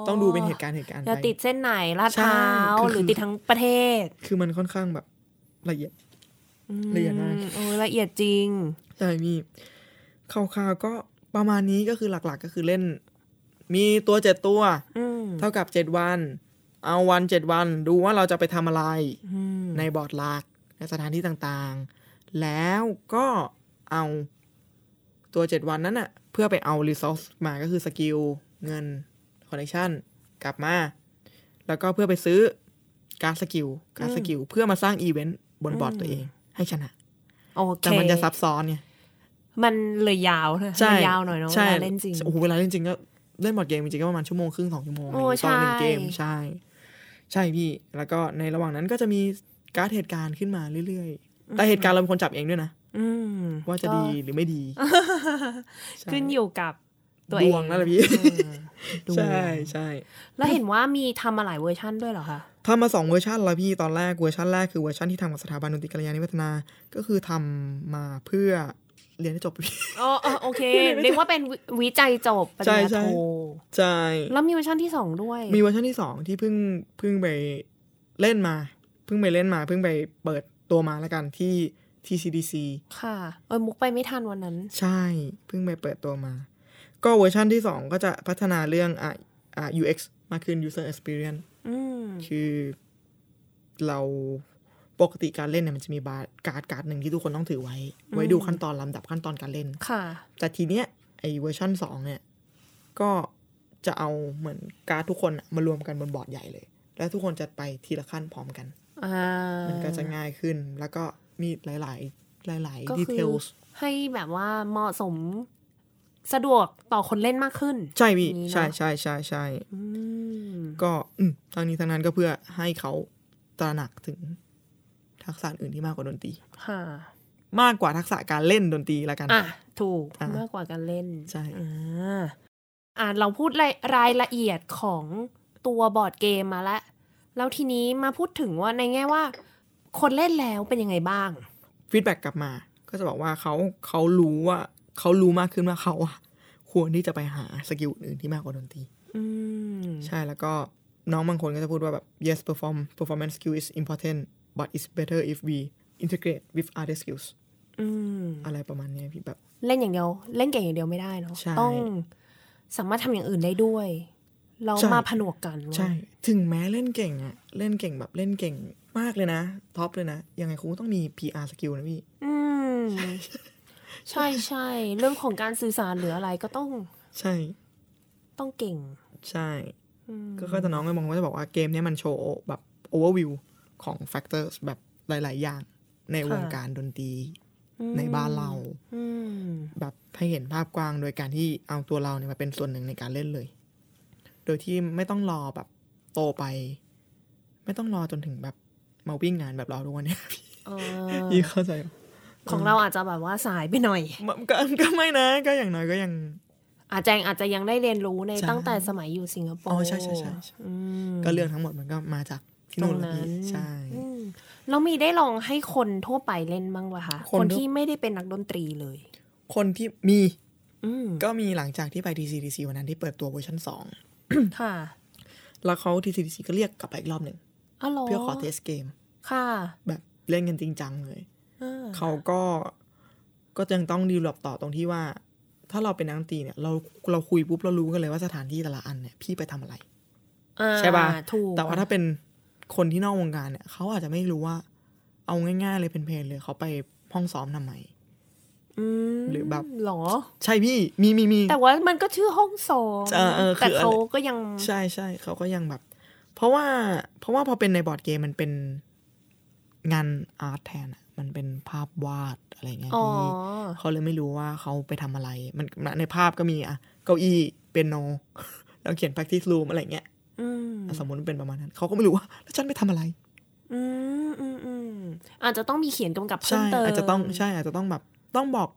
ต้องดูเป็นเหตุการณ์เหตุการณ์ จะ ไป ติดเส้นไหนลาดพร้าว ใช่คือ หรือติดทั้งประเทศ คือมันค่อนข้างแบบละเอียด อืม ละเอียดมาก โอ้ยละเอียดจริง ใช่มีคร่าวๆก็ประมาณนี้ก็คือหลักๆก็คือเล่น มีตัวเจ็ดตัว อืม เท่ากับเจ็ดวัน เอาวันเจ็ดวัน ดูว่าเราจะไปทำอะไร อืม ในบอร์ดหลักในสถานที่ต่างๆ แล้วก็เอาตัวเจ็ดวันนั้นน่ะ เพื่อไปเอา resource มาก็คือสกิล เงิน connection กลับมา แล้วก็เพื่อไปซื้อการดสกิล การดสกิล เพื่อมาสร้างอีเวนต์บนบอร์ดตัวเอง ให้ชนะ โอเค แต่มันจะซับซ้อนไง มันเลยยาวนะ ใช่ เลยยาวหน่อยเนาะเว ใช่ ลาเล่นจริง โอ้โหเวลาเล่นจริงก็เล่นบอร์ดเกมจริงๆก็ประมาณชั่วโมงครึ่งสองชั่วโมง โอ้ ตอนเล่น ใช่ เกมใช่ ใช่พี่ แล้วก็ในระหว่างนั้นก็จะมีการ์ดเหตุการณ์ขึ้นมาเรื่อยๆ แต่เหตุการณ์เราเป็นคนจับเองด้วยนะ อืม ว่าจะ ก็ ดีหรือไม่ดีใช่ ขึ้นอยู่กับตัวเอง ดวงนั่นแหละพี่ เออดวง ใช่ใช่ แล้วเห็นว่ามีทำมาหลายเวอร์ชั่นด้วยเหรอคะ ทำมาสองเวอร์ชันแล้วพี่ตอนแรกเวอร์ชันแรกคือเวอร์ชันที่ทำกับสถาบันดนตรีกัลยาณิวัฒนา ก็คือทำมาเพื่อเรียนให้จบพี่ อ๋ออ๋อโอเคเรียกว่า เป็นวิวิจัยจบปริญญา ใช่ โท ใช่ ใช่ แล้วมีเวอร์ชันที่สองด้วย มีเวอร์ชันที่สองที่เพิ่งเพิ่งไปเล่นมา เพิ่งไปเล่นมา เพิ่งไปเปิดตัวมาแล้วกันที่ที่ CDC ค่ะเออมุกไปไม่ทันวันนั้น ใช่ เพิ่งไปเปิดตัวมา ก็เวอร์ชันที่สองก็จะพัฒนาเรื่องอ่ะอ่ะ UX มากขึ้น user experience อืม คือเราปกติการเล่นเนี่ยมันจะมีบาร์การ์ดการ์ดหนึ่งที่ทุกคนต้องถือไว้ ไว้ดูขั้นตอนลำดับขั้นตอนการเล่น ค่ะ แต่ทีเนี้ยไอเวอร์ชันสองเนี่ย ก็จะเอาเหมือนการ์ดทุกคนอะมารวมกันบนบอร์ดใหญ่เลย แล้วทุกคนจะไปทีละขั้นพร้อมกัน อ่ามั มันก็จะง่ายขึ้น แล้วก็มีหลาย ๆ หลาย ก็ ๆ คือ details ให้แบบว่าเหมาะสมสะดวกต่อคนเล่นมากขึ้น ใช่พี่ อย่างนี้เนอะ ใช่ใช่ใช่ใช่ อืม ก็อืมทั้งนี้ทั้งนั้นก็เพื่อให้เขาตระหนักถึงทักษะอื่นที่มากกว่าดนตรี ค่ะ มากกว่าทักษะการเล่นดนตรีละกัน อ่ะ ถูก อ่ะ มากกว่าการเล่น ใช่ อ่าอ่ะเราพูดรายรายละเอียดของตัวบอร์ดเกมมาแล้ว แล้วทีนี้มาพูดถึงว่าในแง่ว่า คนเล่นแล้วเป็นยังไงบ้าง ฟีดแบ็กกลับมา ก็จะบอกว่าเขาเขารู้ว่าเขารู้มากขึ้นว่าเขาอะควรที่จะไปหาสกิลอื่นที่มากกว่าดนตรี อืม ใช่แล้วก็น้องบางคนก็จะพูดว่าแบบ yes perform performance skill is important but it's better if we integrate with other skills อืม อะไรประมาณเนี้ยพี่แบบ เล่นอย่างเดียว เล่นเก่งอย่างเดียวไม่ได้เนาะ ใช่ ต้องสามารถทำอย่างอื่นได้ด้วยเรา ใช่ มาผนวกกันเว้ย ใช่ ถึงแม้เล่นเก่งอะเล่นเก่งแบบเล่นเก่งมากเลยนะ ท็อปเลยนะ ยังไงคุณก็ต้องมี PR skill นะพี่ อืม ใช่ใช่ เรื่องของการสื่อสารหรืออะไรก็ต้อง ใช่ ต้องเก่ง ใช่ก็ก็จะน้องก็มองว่าจะบอกว่าเกมเนี้ยมันโชว์แบบ overview ของ factors แบบหลาย ๆ อย่าง ในวง ค่ะ การดนตรีในบ้านเรา อืม แบบให้เห็นภาพกว้างโดยการที่เอาตัวเราเนี่ยมาเป็นส่วนหนึ่งในการเล่นเลย โดยที่ไม่ต้องรอแบบโตไป ไม่ต้องรอจนถึงแบบมาวิ่งงานแบบเราทุกวันเนี่ยพี่ เอ่ อ พี่เข้าใจปะ ของเราอาจจะแบบว่าสายไปหน่อย มันก็ก็ไม่นะ ก็อย่างน้อยก็ยัง อาจจะอาจจะยังได้เรียนรู้ใน ใช่ ตั้งแต่สมัยอยู่สิงคโป อ๋อ ร์ ใช่ใช่ใช่ใช่ อืม ก็เรื่องทั้งหมดมันก็มาจากที่โน่น ตรงนั้ นะพี่ น ใช่ อืมแล้วมีได้ลองให้คนทั่วไปเล่นบ้างปะคะ คนทั่ว คนที่ไม่ได้เป็นนักดนตรีเลย คนที่มี อืม ก็มีหลังจากที่ไป TCDC วันนั้นที่เปิดตัวเวอร์ชันสอง ค่ะ แล้วเขา TCDC ก็เรียกกลับไปอีกรอบหนึ่ง อ๋อเหรอ เพื่อขอเทสเกม ค่ะ แบบเล่นกันจริงจังเลย อ่า เขาก็ก็ยังต้องดีลลอปต่อตรงที่ว่า ถ้าเราเป็นนักดนตรีเนี่ย เราเราคุยปุ๊บเรารู้กันเลยว่าสถานที่แต่ละอันเนี่ยพี่ไปทำอะไร อ่า ใช่ปะ ถูก แต่ว่าถ้าเป็นคนที่นอกวงการเนี่ย เขาอาจจะไม่รู้ว่า เอาง่ายๆเลยเพลนๆเลยเขาไปห้องซ้อมทำไม อืม หรือแบบ หรอ ใช่พี่มีมีมี แต่ว่ามันก็ชื่อห้องสอง เออเออคือ แต่ อะไร เขาก็ยัง ใช่ใช่เขาก็ยังแบบ เพราะว่าเพราะว่าพอเป็นในบอร์ดเกมมันเป็นงานอาร์ตแทนอะมันเป็นภาพวาดอะไรเงี้ย อ๋อ พี่เขาเลยไม่รู้ว่าเขาไปทำอะไร มันในภาพก็มีอะเก้าอี้เปียโน แล้วเขียน practice room อะไรเงี้ย อืม สมมติมันเป็นประมาณนั้นเขาก็ไม่รู้ว่าแล้วฉันไปทำอะไร อืมอืมอืมอาจจะต้องมีเขียนกำกับเพิ่ ใช่ มเติม อาจจะต้องใช่อาจจะต้องแบบต้องบอก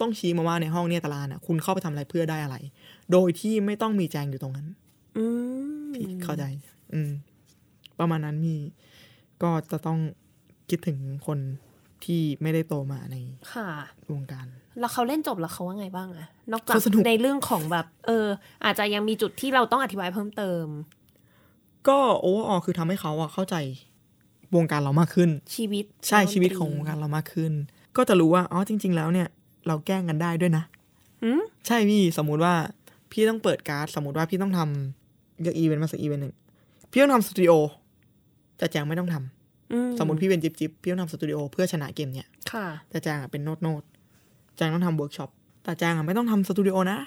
ต้องชี้มาว่าในห้องเนี่ยตารางอะคุณเข้าไปทำอะไรเพื่อได้อะไร โดยที่ไม่ต้องมีแจงอยู่ตรงนั้น อืม พี่เข้าใจ อืม ประมาณนั้นมี ก็จะต้องคิดถึงคนที่ไม่ได้โตมาใน ค่ะ วงการ แล้วเขาเล่นจบแล้วเขาว่าไงบ้างอะนอกจาก เขาสนุก ในเรื่องของแบบ เออ อาจจะยังมีจุดที่เราต้องอธิบายเพิ่มเติม ก็โอเวอร์ออคือทำให้เขาอะเข้าใจวงการเรามากขึ้น ชีวิต ใช่ ดนตรี ชีวิตของวงการเรามากขึ้น ก็จะรู้ว่าอ๋อจริง ๆ แล้วเนี่ย เราแกล้งกันได้ด้วยนะ อืม ใช่พี่สมมุติว่า พี่ต้องเปิดการ์ดสมมติว่าพี่ต้องทำเลือกอีเวนต์มาสักอีเวนต์หนึ่งพี่ต้องทำสตูดิโอแต่แจงไม่ต้องทำ อื สมมติพี่เป็นจิ๊บจิ๊บพี่ต้องทำสตูดิโอเพื่อชนะเกมเนี่ย ค่ะ แต่แจงอะเป็นโน้ตโน้ตแจงต้องทำเวิร์กช็อป แต่แจงอะไม่ต้องทำสตูดิโอนะ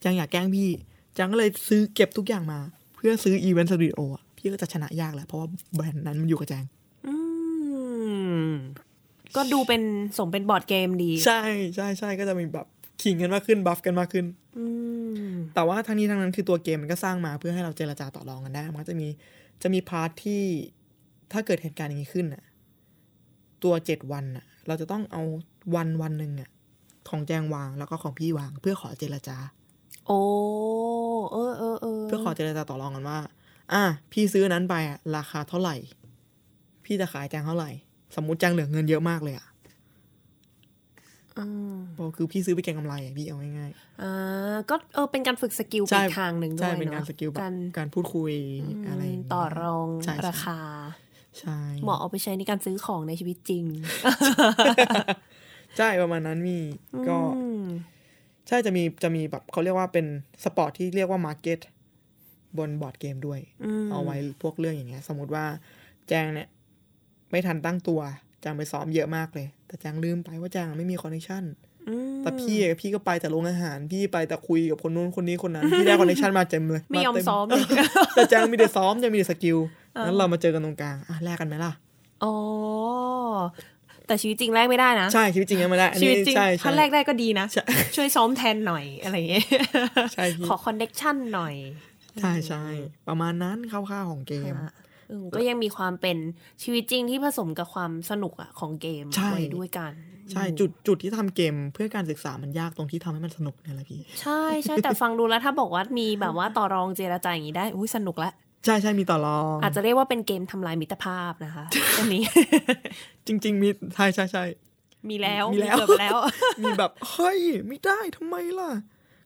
แจงอยากแกล้งพี่ แจงก็เลยซื้อเก็บทุกอย่างมา เพื่อซื้ออีเวนต์สตูดิโออะพี่ก็จะชนะยากแหละเพราะว่าแบรนด์นั้นมันอยู่กับแจง อืม ก็ดูเป็นสมเป็นบอร์ดเกมดี ใช่ใช่ใช่ก็จะมีแบบขิงกันมากขึ้นบัฟกันมากขึ้น อืม แต่ว่าทั้งนี้ทั้งนั้นคือตัวเกมมันก็สร้างมาเพื่อให้เราเจราจาต่อรองกันได้ มันก็จะมีจะมีพาร์ทที่ถ้าเกิดเหตุการณ์อย่างนี้ขึ้นน่ะ ตัวเจ็ดวันน่ะ เราจะต้องเอาวันวันหนึ่งอ่ะ ของแจงวางแล้วก็ของพี่วาง เพื่อขอเจราจา โอ้เออเออเออ เพื่อขอเจราจาต่อรองกันว่า อ่ะพี่ซื้อนั้นไปอ่ะราคาเท่าไหร่ พี่จะขายแจงเท่าไหร่ สมมติแจงเหลือเงินเยอะมากเลยอ่ะ อืม ก็คือพี่ซื้อไปเก็งกำไรอ่ะพี่เอาง่าย อ่าก็เออเป็นการฝึกสกิล ใช่ อีกทางหนึ่ง ๆ ด้ว ใช่ ย เป็น เน การ อะ สกิลแบบ การ การพูดคุยอะไรย่างเงี้ย ต่อรอง ใช่ใช่ ราคา ใช่ เหมาะเอาไปใช้ในการซื้อของในชีวิตจริง ใช่ประมาณนั้นมีก็ อืม ใช่จะมีจะมีแบบเขาเรียกว่าเป็นสปอร์ตที่เรียกว่ามาร์เก็ตบนบอร์ดเกมด้วย ม เอาไว้พวกเรื่องอย่างเงี้ย สมมติว่าแจงเนี่ย ไม่ทันตั้งตัวแจงไปซ้อมเยอะมากเลย แต่แจงลืมไปว่าแจงไม่มีคอนเนคชั่น อืม แต่พี่อะพี่ก็ไปแต่โรงอาหาร พี่ไปแต่คุยกับคนนู้นคนนี้คนนั้น พี่ได้คอนเนคชั่นมาเต็มเลย ไม่ยอมา เต็ ซ้อมเลย แต่แจงมีแต่ซ้อมยังมีแต่สกิลงั้นเรามาเจอกันตรงกลางอ่ะแลกกันไหมล่ะ อ๋อ แต่ชีวิตจริงแลกไม่ได้นะ ใช่ชีวิตจริงยังไม่ได้อัน ชี นี้ วิตจริง ใช่ใช่ ถ้าแลกได้ก็ดีนะ ใช่ ช่วยซ้อมแทนหน่อยอะไรอย่างเงี้ย ใช่พี่ ขอคอนเน็กชันหน่อย ใช่ใช่ประมาณนั้นคร่าวๆของเกม อ่ะอืมก็ยังมีความเป็นชีวิตจริงที่ผสมกับความสนุกอะของเกม ใช่ ไว้ด้วยกัน ใช่จุดจุดที่ทำเกมเพื่อการศึกษามันยากตรงที่ทำให้มันสนุกเนี่ยแหละพี่ ใช่ใช่แต่ฟังดูแล้วถ้าบอกว่ามีแบบว่าต่อรองเจรจาอย่างนี้ได้อุ้ยสนุกละ ใช่ใช่มีต่อรอง อาจจะเรียกว่าเป็นเกมทำลายมิตรภาพนะคะอันนี้ จริง ๆ มีใช่ใช่ใช่ มีแล้ว มีแล้ว เกือบแล้ว มีแบบ เฮ้ย ไม่ได้ทำไมล่ะ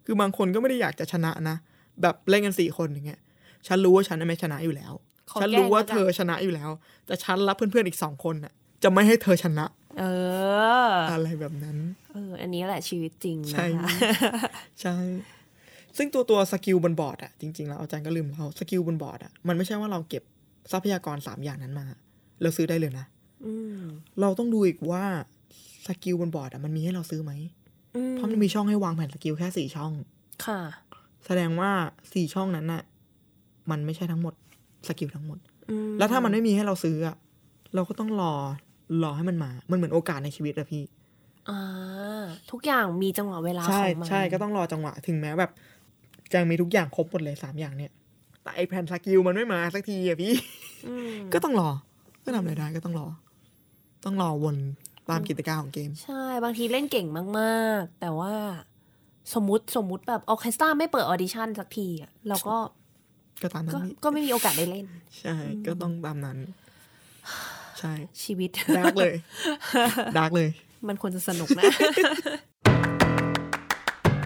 คือบางคนก็ไม่ได้อยากจะชนะนะ แบบเล่นกันสี่คนอย่างเงี้ยฉันรู้ว่าฉันน่ะไม่ชนะอยู่แล้ว ขอ ฉัน แก้ รู้ว่า แล้วกัน เธอชนะอยู่แล้ว แต่ฉันรับเพื่อนๆอีกสองคนน่ะ จะไม่ให้เธอชนะ เออ อะไรแบบนั้น เออ อันนี้แหละชีวิตจริงนะ ใช่ คะ ใช่ ซึ่งตัวตัวสกิลบนบอร์ดอะจริงๆแล้วอาจารย์ก็ลืมเราสกิลบนบอร์ดอะมันไม่ใช่ว่าเราเก็บทรัพยากรสามอย่างนั้นมาแล้วซื้อได้เลยนะ อืม เราต้องดูอีกว่าสกิลบนบอร์ดอะมันมีให้เราซื้อไหม อืม เพราะมันมีช่องให้วางแผนสกิลแค่สี่ช่อง ค่ะ แสดงว่าสี่ช่องนั้นน่ะ มันไม่ใช่ทั้งหมดสกิลทั้งหมด อื แล้วถ้ามันไม่มีให้เราซื้ออะเราก็ต้องรอรอให้มันมา มันเหมือนโอกาสในชีวิตอะพี่ อ่าทุกอย่างมีจังหวะเวลา ใช่ ของมัน ใช่ก็ต้องรอจังหวะ ถึงแม้แบบแจงมีทุกอย่างครบหมดเลยสามอย่างเนี่ย แต่ไอแผ่นสกิลมันไม่มาสักทีอะพี่ อืม ก็ต้องรอ ก็ทำอะไรได้ก็ต้องรอ ต้องรอวนตามกิจการของเกม ใช่บางทีเล่นเก่งมากๆ แต่ว่า สมมติสมมติแบบออเคสตราไม่เปิดออดิชั่นสักทีอะเราก็ ก็ตามนั้ ก็ นพี่ ก็ไม่มีโอกาสได้เล่น ใช่ ก็ต้องตามนั้น ใช่ ชี วิต ดาร์ก เลยดาร์กเลย มันควรจะสนุกนะ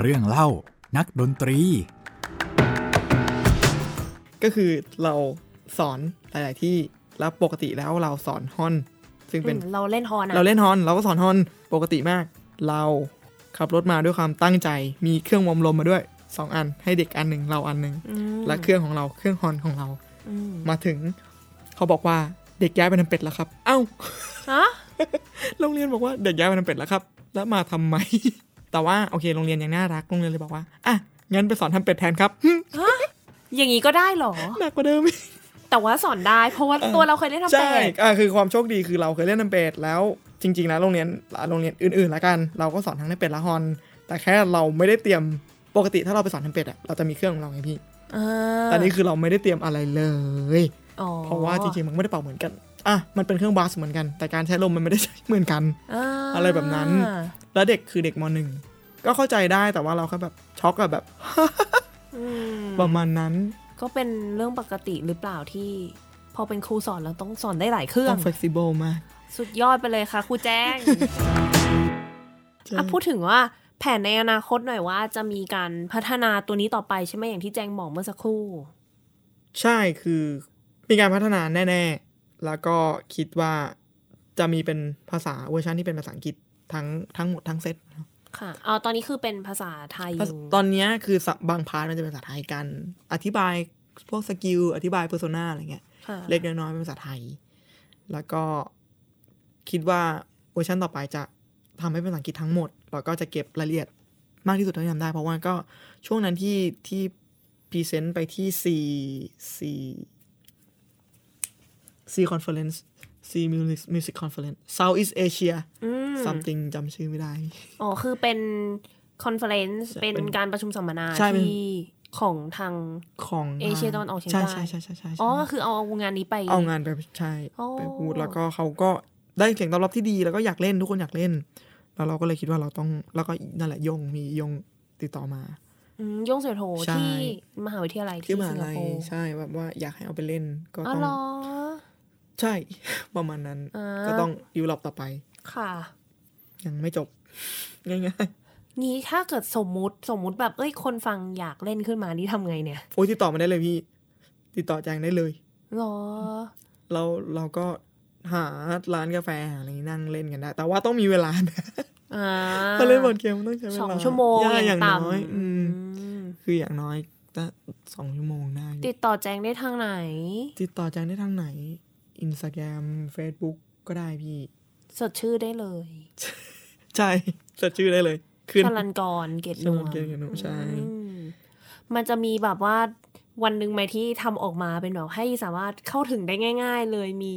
เรื่องเล่านักดนตรี ก็คือเราสอนหลาย ๆ ที่ แล้วปกติแล้วเราสอนฮอน ซึ่งเป็น เราเล่นฮอนะ เราเล่นฮอนเราก็สอนฮอนปกติมาก เราขับรถมาด้วยความตั้งใจ มีเครื่องวอร์มลมมาด้วยสองอัน ให้เด็กอันหนึ่งเราอันหนึ่ง อืม และเครื่องของเราเครื่องฮอนของเรา อืม มาถึง เขาบอกว่าเด็กย้ายไปทำเป็ดแล้วครับ เอ้า ฮะ โรงเรียนบอกว่าเด็กย้ายไปทำเป็ดแล้วครับ แล้วมาทำไม แต่ว่าโอเคโรงเรียนยังน่ารักโรงเรียนเลยบอกว่าอ่ะงั้นไปสอนทำเป็ดแทนครับหึ อย่างนี้ก็ได้เหรอ หนักกว่าเดิมอีก แต่ว่าสอนได้ เพราะว่า เออ ตัวเราเคยเล่นทำ ใช่ เป็ด อ่ะคือความโชคดีคือเราเคยเล่นน้ำเป็ดแล้วจริงๆแล้วโรงเรียนโรงเรียนอื่นๆละกัน เราก็สอนทั้งน้ำเป็ดและฮอน แต่แค่เราไม่ได้เตรียมปกติถ้าเราไปสอนน้ำเป็ดอะเราจะมีเครื่องของเราไงพี่ อ่า แต่นี่คือเราไม่ได้เตรียมอะไรเลย อ๋อ เพราะว่าจริงๆมันไม่ได้เป่าเหมือนกันอ่ะมันเป็นเครื่องบาสเหมือนกัน แต่การใช้ลมมันไม่ได้ใช้เหมือนกัน า อะไรแบบนั้น แล้วเด็กคือเด็กมหนึ่งก็เข้าใจได้แต่ว่าเราแค่แบบช็อกกับแบบ อืม ประมาณนั้น ก็เป็นเรื่องปกติหรือเปล่าที่ พอเป็นครูสอนแล้วต้องสอนได้หลายเครื่อ ต้ ง อง flexible มาก สุดยอดไปเลยค่ะครูแจ้ง ใช่ อ่ะพูดถึงว่าแผนในอนาคตหน่อยว่าจะมีการพัฒนาตัวนี้ต่อไปใช่ไหมอย่างที่แจ้งบอกเมื่อสักครู่ ใช่คือมีการพัฒนาแน่ๆ แล้วก็คิดว่าจะมีเป็นภาษาเวอร์ชันที่เป็นภาษาอังกฤษทั้งทั้งหมดทั้งเซตนะครับ ค่ะเอาตอนนี้คือเป็นภาษาไทยอยู่ ตอนเนี้ยคือบางพาร์ทมันจะเป็นภาษาไทยกัน อธิบายพวกสกิลอธิบายเพอร์โซนาอะไรเงี้ย ค่ะ เล็กน้อยๆเป็นภาษาไทย แล้วก็คิดว่าเวอร์ชันต่อไปจะทำให้เป็นภาษาอังกฤษทั้งหมด แล้วก็จะเก็บรายละเอียดมากที่สุดเท่าที่ทำได้ เพราะว่าก็ช่วงนั้นที่ที่พรีเซนต์ไปที่ C C C conference C Music Music Conference Southeast Asia อืม something จำชื่อไม่ได้ อ๋อ คือเป็นคอนเฟอเรนซ์ ใช่ เป็น เป็น การประชุมสัมมนา ใช่เป็น ที่ของทาง ของ เอเชียตะวันออกเฉียง ใช่ ใต้ ใช่ใช่ใช่ใช่ อ๋อ ใช่ ก็คือเอางานนี้ไป เอางานไปใช่ อ๋อ ไปพูดแล้วก็เขาก็ได้เสียงตอบรับที่ดีแล้วก็อยากเล่นทุกคนอยากเล่น แล้วเราก็เลยคิดว่าเราต้องแล้วก็นั่นแหละยงมียงติดต่อมา อืมยงเสือโถ ใช่ ที่มหาวิทยาลัยที่ ที่มหา สิงค ลัย โปร์ ใช่แบบว่าอยากให้เอาไปเล่นก็ อ๋อ ต้อง เหรอ ใช่ ประมาณนั้น อ่า ก็ต้องยุโรปต่อไป ค่ะ ยังไม่จบ ง่าย นี้ถ้าเกิดสมมุติสมมุติแบบเอ้ยคนฟังอยากเล่นขึ้นมานี่ทำไงเนี่ย ๆโอ้ยติดต่อมาได้เลยพี่ ติดต่อแจงได้เลย เหรอ เราเราก็หาร้านกาแฟหาอะไรนี้นั่งเล่นกันได้ แต่ว่าต้องมีเวลานะ อ่า ถ้าเล่นบอร์ดเกมมันต้องใช้เว สอง ลา ชั่วโมง ย่าออาย่ย่าง ง น้ ต่ อย ำ อืม อืม คืออย่างน้อยก็สองชั่วโมงได้อยู่ ติดต่อแจงได้ทางไหน ติดต่อแจงได้ทางไหนอินสตาแกรม Facebook ก็ได้พี่ สดชื่อได้เลย ใช่จดชื่อได้เลย ขึ้น ชลันกรเกตนชวลันกรเกตนวมใช่ อืมมันจะมีแบบว่าวันหนึ่งไหมที่ทำออกมาเป็นแบบให้สามารถเข้าถึงได้ง่าย ๆ เลยมี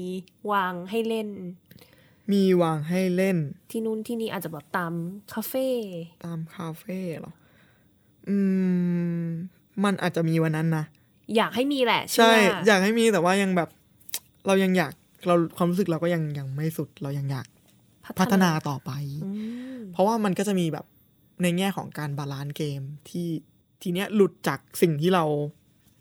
วางให้เล่น มีวางให้เล่น ที่นู่นที่นี่อาจจะแบบตามคาเฟ่ ตามคาเฟ่เหรอ อืม มันอาจจะมีวันนั้นนะ อยากให้มีแหละเอ ใช่ อยากให้มีแต่ว่ายังแบบ เรายังอยาก เราความรู้สึกเราก็ยังยังไม่สุด เรายังอยากพัฒนาต่อไป อืม เพราะว่ามันก็จะมีแบบในแง่ของการบาลานซ์เกมที่ทีเนี้ยหลุดจากสิ่งที่เรา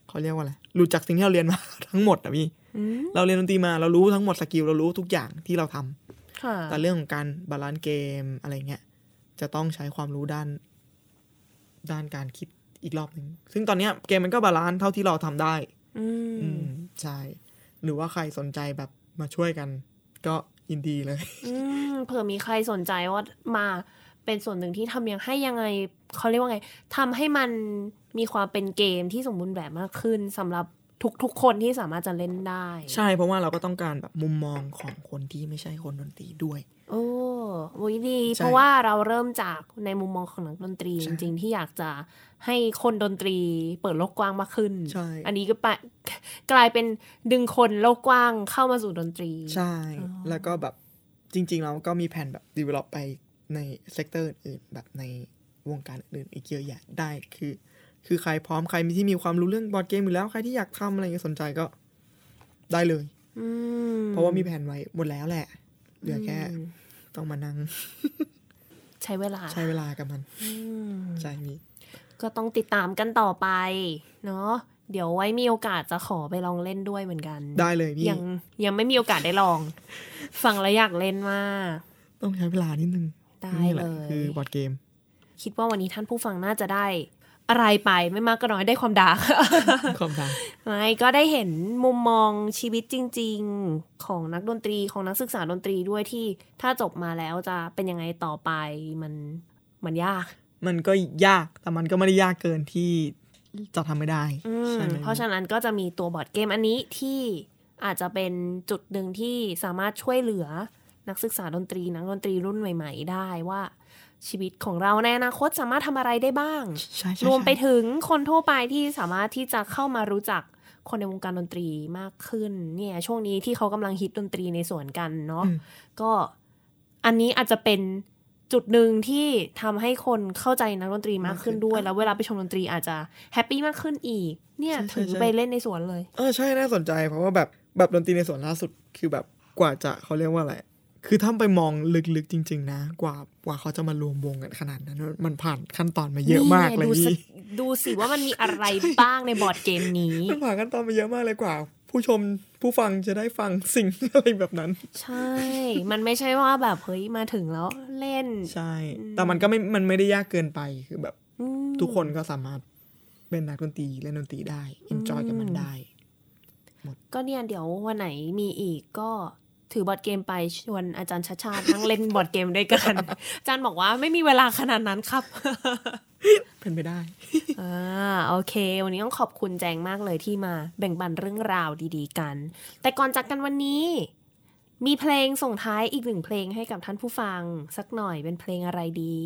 เขาเรียกว่าอะไร หลุดจากสิ่งที่เราเรียนมา ทั้งหมดอะพี่ อืม เราเรียนดนตรีมาเรารู้ทั้งหมดสกิลเรารู้ทุกอย่างที่เราทำ ค่ะ แต่เรื่องของการบาลานซ์เกมอะไรเงี้ยจะต้องใช้ความรู้ด้าน ด้านการคิดอีกรอบหนึ่งซึ่งตอนเนี้ยเกมมันก็บาลานซ์เท่าที่เราทำได้ อื อื ม มใช่ หรือว่าใครสนใจแบบมาช่วยกัน ก็ยินดีเลย อืมเผื่อมีใครสนใจว่ามาเป็นส่วนหนึ่งที่ทำยังให้ยังไงเขาเรียกว่าไงทำให้มันมีความเป็นเกมที่สมบูรณ์แบบมากขึ้นสำหรับทุกๆคนที่สามารถจะเล่นได้ ใช่เพราะว่าเราก็ต้องการแบบมุมมองของคนที่ไม่ใช่คนดนตรีด้วย โอ้โวยดี ใช่ เพราะว่าเราเริ่มจากในมุมมองของนักดนตรี ใช่ จริงๆที่อยากจะให้คนดนตรีเปิดโลกกว้างมากขึ้น ใช่ อันนี้ก็ไปกลายเป็นดึงคนโลกกว้างเข้ามาสู่ดนตรี ใช่ อ๋อ แล้วก็แบบจริง ๆ เราก็มีแผนแบบ develop ไปในเซกเตอร์อื่นแบบในวงการอื่นอีกเยอะแยะได้คือ คือใครพร้อมใครมีที่มีความรู้เรื่องบอร์ดเกมอยู่แล้วใครที่อยากทำอะไรอย่างเงี้ยสนใจก็ได้เลย อืม เพราะว่ามีแผนไว้หมดแล้วแหละ เหลือแค่ต้องมานั่ง ใช้เวลา ใช้เวลากับมัน อืม ใช่มี ก็ต้องติดตามกันต่อไป เนาะเดี๋ยวไว้มีโอกาสจะขอไปลองเล่นด้วยเหมือนกัน ได้เลยพี่ ยังยังไม่มีโอกาสได้ลอง ฟังแล้วอยากเล่นมาก ต้องใช้เวลานิดนึง ได้ นี่แหละ เลย คือบอร์ดเกม คิดว่าวันนี้ท่านผู้ฟังน่าจะได้ อะไรไปไม่มากก็น้อยได้ความดาร์ก ความดัง ไม่ก็ได้เห็นมุมมองชีวิตจริง ๆ ของนักดนตรีของนักศึกษาดนตรีด้วยที่ถ้าจบมาแล้วจะเป็นยังไงต่อไปมันมันยาก มันก็ยากแต่มันก็ไม่ได้ยากเกินที่จะทำไม่ได้ อืม ใช่ไหม เพราะฉะนั้นก็จะมีตัวบอร์ดเกมอันนี้ที่อาจจะเป็นจุดหนึ่งที่สามารถช่วยเหลือนักศึกษาดนตรีนักดนตรีรุ่นใหม่ ๆ ได้ว่าชีวิตของเราในอนาคตสามารถทำอะไรได้บ้าง ใช่ใช่ รวมไป ใช่ ถึงคนทั่วไปที่สามารถที่จะเข้ามารู้จักคนในวงการดนตรีมากขึ้น เนี่ย ช่วงนี้ที่เขากำลังฮิตดนตรีในส่วนกันเนาะ อืม ก็อันนี้อาจจะเป็นจุดหนึ่งที่ทำให้คนเข้าใจนักดนตรีมากขึ้นด้วย แล้วเวลาไปชมดนตรีอาจจะแฮปปี้มากขึ้นอีก เนี่ย ใช่ใช่ ถือ ใช่ ไปเล่นในสวนเลย เออใช่น่าสนใจเพราะว่าแบบแบบดนตรีในส่วนล่าสุดคือแบบกว่าจะเขาเรียกว่าอะไร คือถ้าไปมองลึกๆจริง ๆ นะ กว่ากว่าเขาจะมารวมวงกันขนาดนั้น มันผ่านขั้นตอนมาเยอะมากเลย นี่ไงดูสิ พี่ ดูสิว่ามันมีอะไรบ้างในบอร์ดเกมนี้ มันผ่านขั้นตอนมาเยอะมากเลยกว่า ผู้ชมผู้ฟังจะได้ฟังสิ่ง อะไรแบบนั้น ใช่ มันไม่ใช่ว่าแบบเฮ้ยมาถึงแล้วเล่น ใช่ แต่มันก็ไม่มันไม่ได้ยากเกินไปคือแบบ อืม ทุกคนก็สามารถเป็นนักดนตรีเล่นดนตรีได้ enjoy กับมันได้ ก็เนี่ยเดี๋ยววันไหนมีอีกก็ถือบอร์ดเกมไปชวนอาจารย์ชาชาตินั่งเล่นบอร์ดเกมด้วยกัน อาจารย์บอกว่าไม่มีเวลาขนาดนั้นครับ เป็นไปได้ อ่าโอเค วันนี้ต้องขอบคุณแจงมากเลยที่มาแบ่งปันเรื่องราวดีๆกัน แต่ก่อนจากกันวันนี้ มีเพลงส่งท้ายอีกหนึ่งเพลงให้กับท่านผู้ฟัง สักหน่อยเป็นเพลงอะไรดี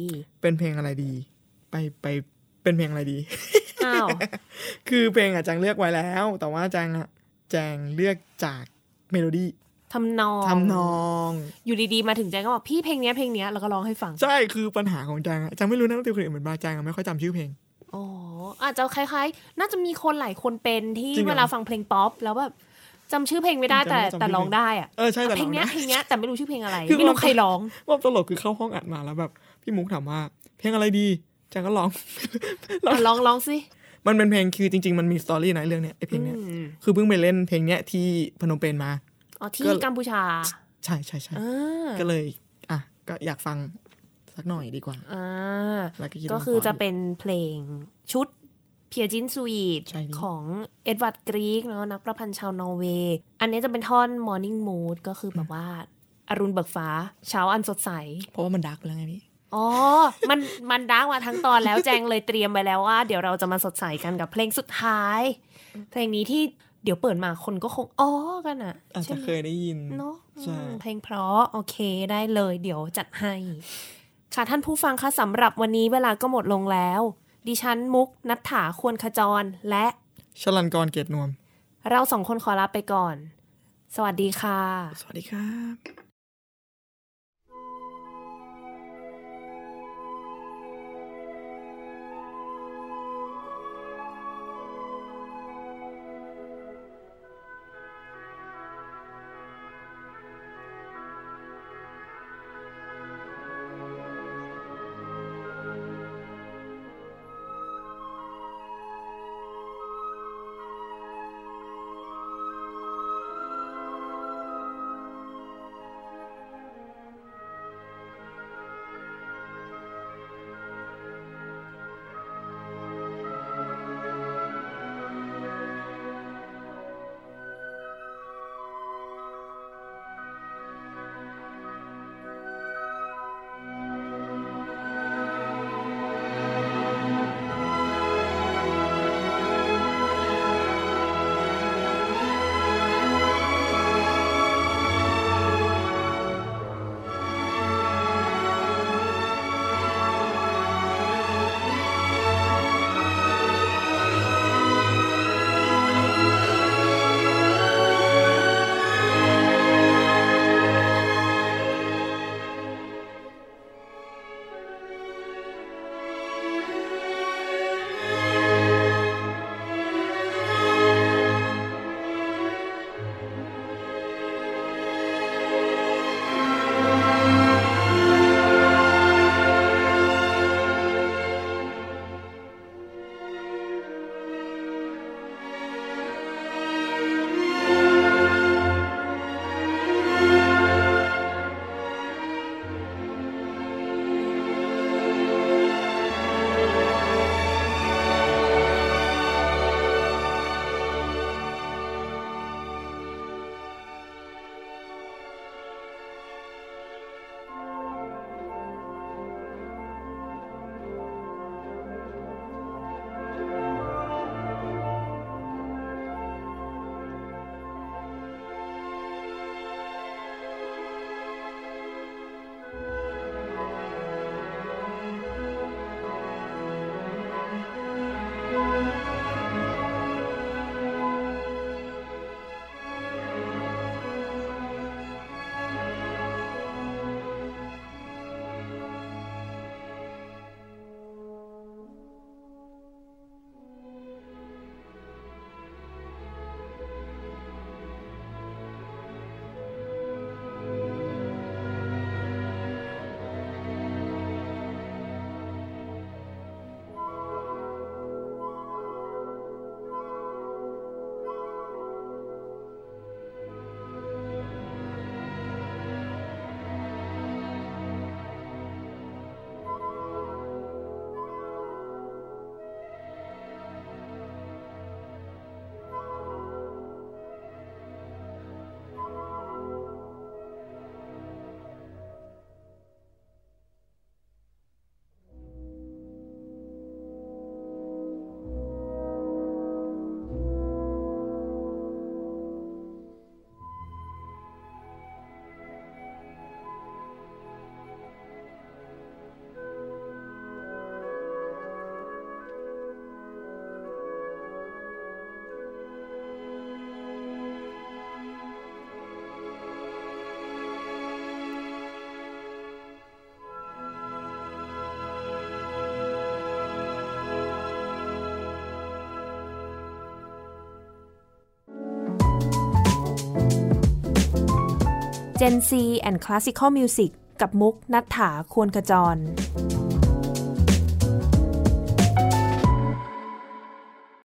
เป็นเพลงอะไรดี ไปไปเป็นเพลงอะไรดี อ้าว คือเพลงอ่ะแจงเลือกไว้แล้ว แต่ว่าแจงอ่ะแจงเลือกจากเมโลดี้ ทำนอง ทำนอง อยู่ดีๆมาถึงแจงก็บอกพี่เพลงเนี้ยเพลงเนี้ยแล้วก็ร้องให้ฟัง ใช่คือปัญหาของจังอะจังไม่รู้นะนักดนตรีคนอื่นเหมือนบาจังอะไม่ค่อยจำชื่อเพลง อ๋ออาจจะคล้ายๆ น่าจะมีคนหลายคนเป็นที่ จริงเหรอ เวลาฟังเพลงป๊อปแล้วแบบจำชื่อเพลงไม่ได้แต่ จำไม่จำ แต่ร้องได้อะ เออใช่แต่ ะเพ ร้ ล อง งได้ เนี้ยเพลงเนี้ยแต่ไม่รู้ชื่อเพลงอะไร คือ ไม่รู้ใครร้อง รอบตลกคือเข้าห้องอัดมาแล้วแบบพี่มุกถามว่า เพลงอะไรดีจังก็ร้อง อ่ะลองลองสิ มันเป็นเพลงคือจริง ๆ มันมีสตอรี่นะเรื่องเนี้ยไอเพลงเนี้ย อืม คือเพิ่งไปเล่นเพลงเนี้ยที่พนมเปญมา อ๋อที่ ก็ กัมพูชา ใช่ใช่ใช่ อ่า ก็เลยอ่ะก็อยากฟังสักหน่อยดีกว่า อ่า แล้วก็คิด ก็ ว่า คือ พอ จะเป็นเพลงชุดเพียจินสวีท ใช่ดิ ของเอ็ดวาร์ดกรีกเนาะนักประพันธ์ชาวนอร์เวย์ อันนี้จะเป็นท่อน Morning Mood ก็คือแบบว่าอรุณเบิกฟ้า เช้าอันสดใส เพราะว่ามันดักแล้วไงพี่ อ๋อ มันมันดังมาทั้งตอนแล้ว แจงเลยเตรียมไปแล้วว่า เดี๋ยวเราจะมาสดใสกันกับเพลงสุดท้าย เพลงนี้ที่เดี๋ยวเปิดมาคนก็คงอ๋อกันอะ อาจ ใช่ จะ ไหม เคยได้ยิน เนาะ ใช่ อืมเพลงเพราะโอเคได้เลยเดี๋ยวจัดให้ ค่ะท่านผู้ฟังคะสำหรับวันนี้เวลาก็หมดลงแล้ว ดิฉันมุกนัฐถาควรขจร และ ชลันกรเกตนวม เราสองคนขอลาไปก่อน สวัสดีค่ะ สวัสดีครับ 「 Gen Z and Classical Music กับมุกนัฐถาควรขจร